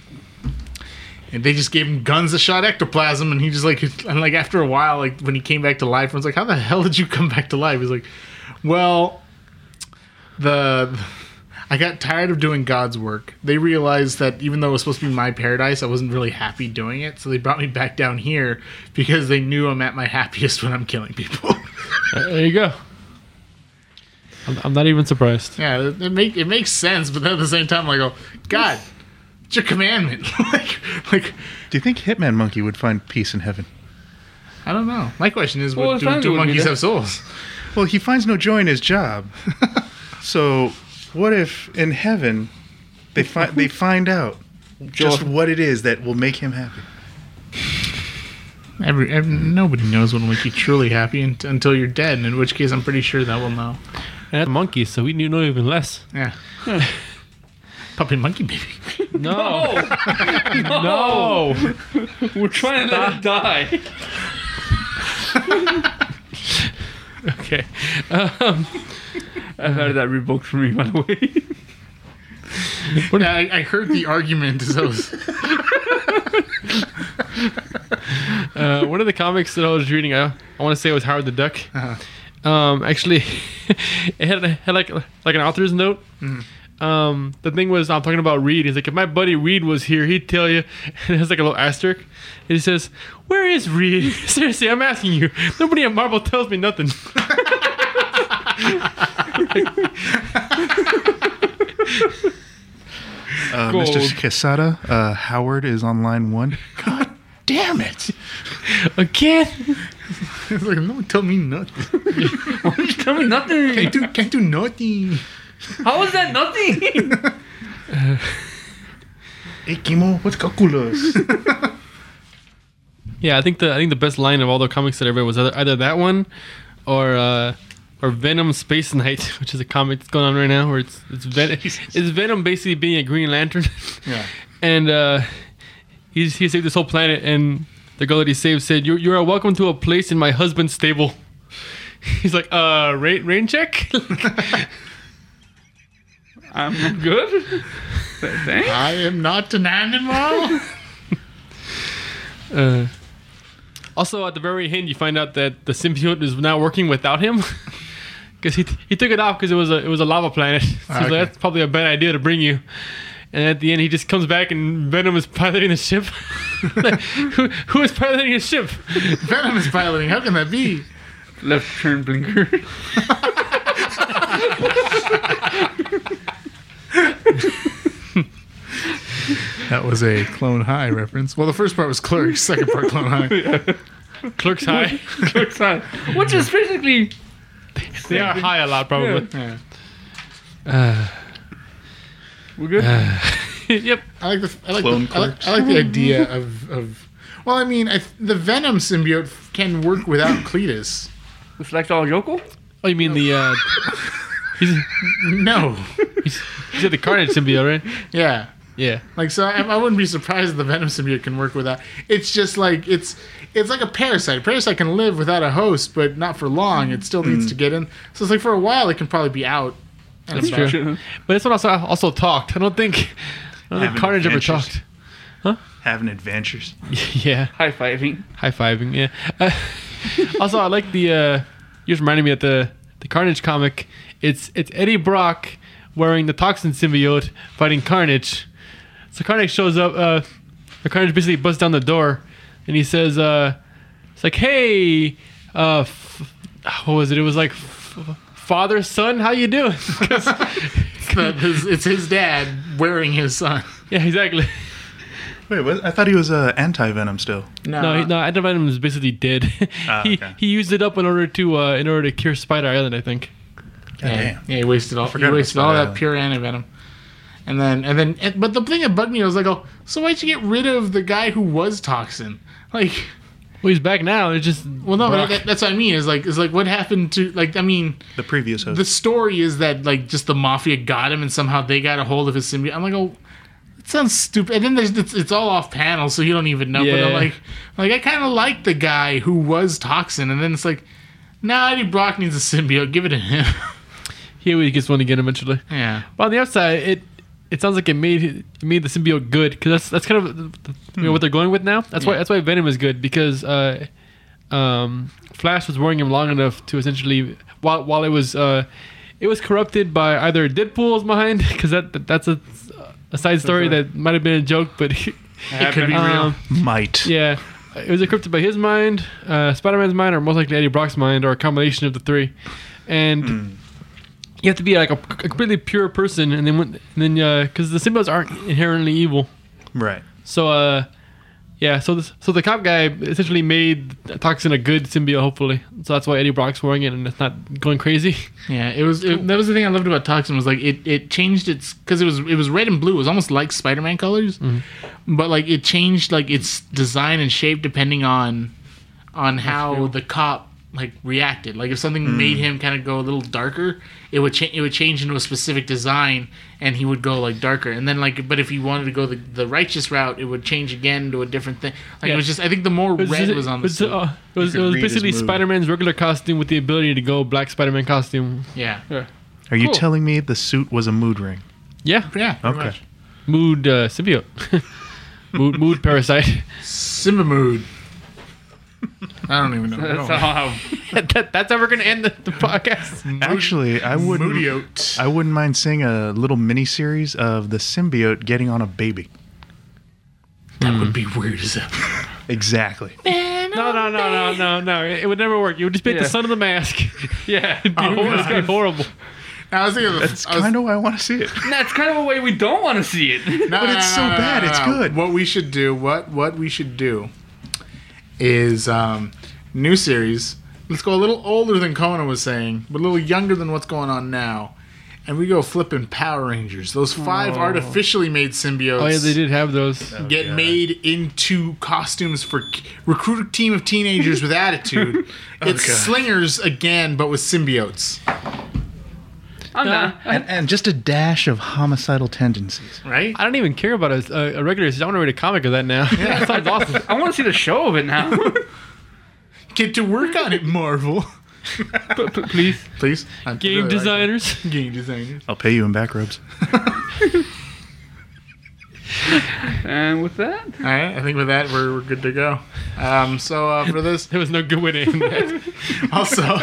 [SPEAKER 1] And they just gave him guns that shot ectoplasm, and he just like, and like after a while, like when he came back to life, everyone's like, "How the hell did you come back to life?" He's like, "Well, the I got tired of doing God's work. They realized that even though it was supposed to be my paradise, I wasn't really happy doing it, so they brought me back down here because they knew I'm at my happiest when I'm killing people."
[SPEAKER 2] there you go. I'm, I'm not even surprised.
[SPEAKER 1] yeah, it, it make it makes sense, but then at the same time, I go, "God, it's your commandment." like, like
[SPEAKER 4] Do you think Hitman Monkey would find peace in heaven?
[SPEAKER 1] I don't know. My question is,
[SPEAKER 3] Well,
[SPEAKER 1] what
[SPEAKER 3] if
[SPEAKER 1] do,
[SPEAKER 3] I
[SPEAKER 1] do
[SPEAKER 3] would be
[SPEAKER 1] monkeys
[SPEAKER 3] there-
[SPEAKER 1] have souls?
[SPEAKER 4] Well, he finds no joy in his job. so, what if in heaven they find they find out just
[SPEAKER 3] Joy.
[SPEAKER 4] what it is that will make him happy?
[SPEAKER 1] Every, ev nobody knows what will make you truly happy unt until you're dead, in which case I'm pretty sure that will know.
[SPEAKER 2] And that's monkeys, so we knew know even less.
[SPEAKER 1] Yeah. Puppy monkey baby.
[SPEAKER 2] No. no.
[SPEAKER 3] We're trying to not die.
[SPEAKER 2] Okay. Um,
[SPEAKER 3] I've had that revoked for me, by the way.
[SPEAKER 1] Yeah, I, I heard the argument as I was.
[SPEAKER 2] Uh, one of the comics that I was reading, I, I want to say it was Howard the Duck. Um, actually, it had, had like like an author's note. Um, the thing was, I'm talking about Reed. He's like, if my buddy Reed was here, he'd tell you. And it has like a little asterisk. And he says, "Where is Reed? Seriously, I'm asking you. Nobody at Marvel tells me nothing."
[SPEAKER 4] Uh,
[SPEAKER 2] Gold.
[SPEAKER 4] Mr. Quesada, uh, Howard is on line one. God damn it!
[SPEAKER 2] Again.
[SPEAKER 1] It's like, no, tell me nothing.
[SPEAKER 3] Tell me nothing.
[SPEAKER 1] Can't do, can't do nothing.
[SPEAKER 3] How is that nothing?
[SPEAKER 4] Hey, Kimo, what's calculus?
[SPEAKER 2] Yeah, I think the I think the best line of all the comics that I read was either, either that one, or uh, or Venom Space Knight, which is a comic that's going on right now, where it's it's, Ven- it's Venom basically being a Green Lantern,
[SPEAKER 4] yeah.
[SPEAKER 2] and uh, he's he saved this whole planet, and the girl that he saved said, "You you are welcome to a place in my husband's stable." He's like, uh, rain, rain check.
[SPEAKER 3] I'm good. Thanks.
[SPEAKER 1] I am not an animal.
[SPEAKER 2] uh, also, at the very end, you find out that the symbiote is now working without him because he, he took it off because it was a it was a lava planet. So he's like,
[SPEAKER 1] okay.
[SPEAKER 2] that's probably a bad idea to bring you. And at the end, he just comes back and Venom is piloting the ship. Like, who, who is piloting his ship?
[SPEAKER 1] Venom is piloting. How can that be?
[SPEAKER 3] Left turn blinker.
[SPEAKER 1] That was a Clone High reference. Well, the first part was Clerks, second part Clone High.
[SPEAKER 2] Clerks high.
[SPEAKER 3] Looks like- Which is physically.
[SPEAKER 2] They are high a lot, probably.
[SPEAKER 1] Yeah.
[SPEAKER 3] Uh, We're good.
[SPEAKER 2] yep.
[SPEAKER 1] I like the I like,
[SPEAKER 4] Clone
[SPEAKER 1] the, I like,
[SPEAKER 4] Clerks.
[SPEAKER 1] I like the idea of of. Well, I mean, I, th- the Venom symbiote can work without Cletus.
[SPEAKER 3] It's like all Yoko.
[SPEAKER 2] Oh, you mean the uh, he's
[SPEAKER 1] No.
[SPEAKER 2] he's, he's at the Carnage symbiote, right?
[SPEAKER 1] Yeah.
[SPEAKER 2] Yeah.
[SPEAKER 1] Like so, I, I wouldn't be surprised if the venom symbiote can work without. It's just like it's it's like a parasite. A parasite can live without a host, but not for long. It still needs to get in. So it's like for a while, it can probably be out. and
[SPEAKER 2] That's
[SPEAKER 1] about.
[SPEAKER 2] true. But that's what also also talked. I don't think, I don't think
[SPEAKER 4] Having
[SPEAKER 2] Carnage ever
[SPEAKER 4] adventures.
[SPEAKER 2] talked.
[SPEAKER 4] Having adventures.
[SPEAKER 2] Yeah,
[SPEAKER 3] High fiving.
[SPEAKER 2] high fiving. Yeah. Uh, also, I like the. Uh, you just reminded me at the the Carnage comic. It's it's Eddie Brock wearing the toxin symbiote fighting Carnage. So Carnage shows up. Uh, the Carnage basically busts down the door, and he says, uh, "It's like, hey, uh, f- what was it? It was like." F- Father, son, how you doing? 'Cause-
[SPEAKER 1] But his, it's his dad wearing his son.
[SPEAKER 2] yeah, exactly.
[SPEAKER 4] Wait, what? I thought he was uh, anti Venom still.
[SPEAKER 2] No, he, no, Adam Venom is basically dead.
[SPEAKER 4] Ah,
[SPEAKER 2] he
[SPEAKER 4] okay.
[SPEAKER 2] he used it up in order to uh, in order to cure Spider Island, I think.
[SPEAKER 1] Yeah,
[SPEAKER 4] Damn.
[SPEAKER 1] yeah, he wasted all. He
[SPEAKER 4] forgot about
[SPEAKER 1] wasted all
[SPEAKER 4] Spider-Man.
[SPEAKER 1] that pure antivenom. And then, and then, and- but the thing that bugged me, I was like, oh, so why'd you get rid of the guy who was toxin? Like,
[SPEAKER 2] Well, he's back now. It's just
[SPEAKER 1] well, no, but
[SPEAKER 2] Brock.
[SPEAKER 1] that, that's what I mean. Is like, is like, what happened to like? I mean,
[SPEAKER 4] The previous host.
[SPEAKER 1] the story is that like just the mafia got him and somehow they got a hold of his symbiote. I'm like, oh, it sounds stupid. And then there's it's, it's all off panel, so you don't even know. But I'm
[SPEAKER 2] Yeah.
[SPEAKER 1] like, like I kind of like the guy who was toxin, and then it's like, nah, Eddie Brock needs a symbiote. Give it to him.
[SPEAKER 2] he always gets one again eventually.
[SPEAKER 1] yeah.
[SPEAKER 2] But on the outside, it it sounds like it made it made the symbiote good because that's that's kind of you know, what they're going with now. That's
[SPEAKER 1] Hmm.
[SPEAKER 2] why
[SPEAKER 1] Yeah.
[SPEAKER 2] that's why Venom is good because uh, um, Flash was wearing him long enough to essentially while while it was uh, it was corrupted by either Deadpool's mind because that, that's a a side story that might have been a joke, but.
[SPEAKER 1] It could be real.
[SPEAKER 2] Um,
[SPEAKER 4] Might.
[SPEAKER 2] Yeah. It was encrypted by his mind, uh, Spider Man's mind, or most likely Eddie Brock's mind, or a combination of the three. And
[SPEAKER 1] Hmm.
[SPEAKER 2] you have to be like a, a completely pure person, uh, and then when, and then because the symbiotes aren't inherently evil,
[SPEAKER 4] Right.
[SPEAKER 2] so uh, Yeah, so this, so the cop guy essentially made toxin a good symbiote, hopefully. So that's why Eddie Brock's wearing it and it's not going crazy.
[SPEAKER 1] Yeah, it was. It, that was the thing I loved about Toxin was like it, it changed its because it was it was red and blue. It was almost like Spider Man colors, but like it changed like its design and shape depending on on how the cop like reacted. Like if something made him kind of go a little darker, it would change. It would change into a specific design, and he would go like darker. And then like, but if he wanted to go the, the righteous route, it would change again to a different thing. Like
[SPEAKER 2] Yeah.
[SPEAKER 1] it was just. I think the more
[SPEAKER 2] It
[SPEAKER 1] red
[SPEAKER 2] just-
[SPEAKER 1] was on
[SPEAKER 2] it
[SPEAKER 1] the
[SPEAKER 2] was,
[SPEAKER 1] suit.
[SPEAKER 2] uh, it was,
[SPEAKER 4] could
[SPEAKER 2] it was
[SPEAKER 4] read his
[SPEAKER 2] basically
[SPEAKER 4] mood.
[SPEAKER 2] Spider Man's regular costume with the ability to go black Spider Man costume.
[SPEAKER 1] yeah,
[SPEAKER 4] Are you
[SPEAKER 2] Cool.
[SPEAKER 4] telling me the suit was a mood ring?
[SPEAKER 2] Yeah,
[SPEAKER 1] yeah. pretty
[SPEAKER 4] Okay.
[SPEAKER 1] much.
[SPEAKER 2] mood uh, symbiote, mood, mood parasite.
[SPEAKER 1] Simba mood. I don't even know.
[SPEAKER 3] That's
[SPEAKER 1] No.
[SPEAKER 3] how.
[SPEAKER 2] that, that's how we're gonna end the, the podcast.
[SPEAKER 4] Actually, I wouldn't.
[SPEAKER 1] Moodiote.
[SPEAKER 4] I wouldn't mind seeing a little mini series of the symbiote getting on a baby.
[SPEAKER 1] That would be weird as hell.
[SPEAKER 4] Exactly.
[SPEAKER 2] No, no, no, no, no, no. It, it would never work. You would just make
[SPEAKER 3] Yeah.
[SPEAKER 2] the son of the mask.
[SPEAKER 3] Yeah.
[SPEAKER 2] It'd be horrible. It'd be horrible.
[SPEAKER 1] I was thinking of
[SPEAKER 4] That's kind of why I want to see it.
[SPEAKER 3] That's Um, kind of a way we don't want to see it.
[SPEAKER 4] but it's so bad, it's good.
[SPEAKER 1] What we should do, what what we should do, is um, new series. Let's go a little older than Conan was saying, but a little younger than what's going on now. And we go flipping Power Rangers. Those five artificially made symbiotes.
[SPEAKER 2] Oh yeah, they did have those.
[SPEAKER 1] get
[SPEAKER 4] God.
[SPEAKER 1] made into costumes for k- recruit a team of teenagers with attitude. it's
[SPEAKER 4] God.
[SPEAKER 1] slingers again, but with symbiotes,
[SPEAKER 3] I'm not.
[SPEAKER 4] And, and just a dash of homicidal tendencies.
[SPEAKER 1] right?
[SPEAKER 2] I don't even care about a, a, a regular series. I want to read a comic of that now. Yeah, that sounds awesome.
[SPEAKER 3] I want to see the show of it now.
[SPEAKER 1] Get to work on it, Marvel.
[SPEAKER 3] Please.
[SPEAKER 1] Please, I really
[SPEAKER 2] Game
[SPEAKER 1] like
[SPEAKER 2] designers.
[SPEAKER 1] it. game designers.
[SPEAKER 4] I'll pay you in back rubs.
[SPEAKER 3] And with that,
[SPEAKER 1] All right, I think with that we're, we're good to go. Um, so uh, for this,
[SPEAKER 2] There was no good way to end that.
[SPEAKER 1] also,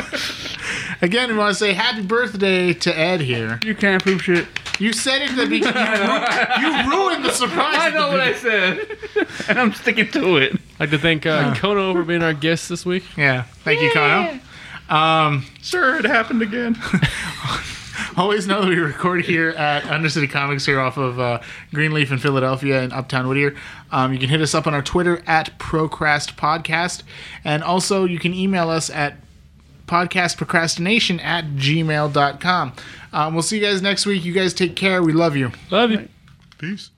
[SPEAKER 1] again, we want to say happy birthday to Ed here.
[SPEAKER 3] you can't prove shit.
[SPEAKER 1] You said it at the beginning. You, ru- you ruined the surprise.
[SPEAKER 3] I
[SPEAKER 1] at the
[SPEAKER 3] know what I said, and I'm sticking to it.
[SPEAKER 2] I'd like to thank uh, Kono for being our guest this week.
[SPEAKER 1] Yeah. Thank you, Kano. Um,
[SPEAKER 4] Sir, it happened again.
[SPEAKER 1] always know that we record here at Undercity Comics here off of uh, Greenleaf in Philadelphia and Uptown Whittier. Um, you can hit us up on our Twitter at Procrast Podcast. And also, you can email us at podcastprocrastination at gmail.com. Um, we'll see you guys next week. You guys take care. We love you.
[SPEAKER 2] Love you.
[SPEAKER 4] Peace.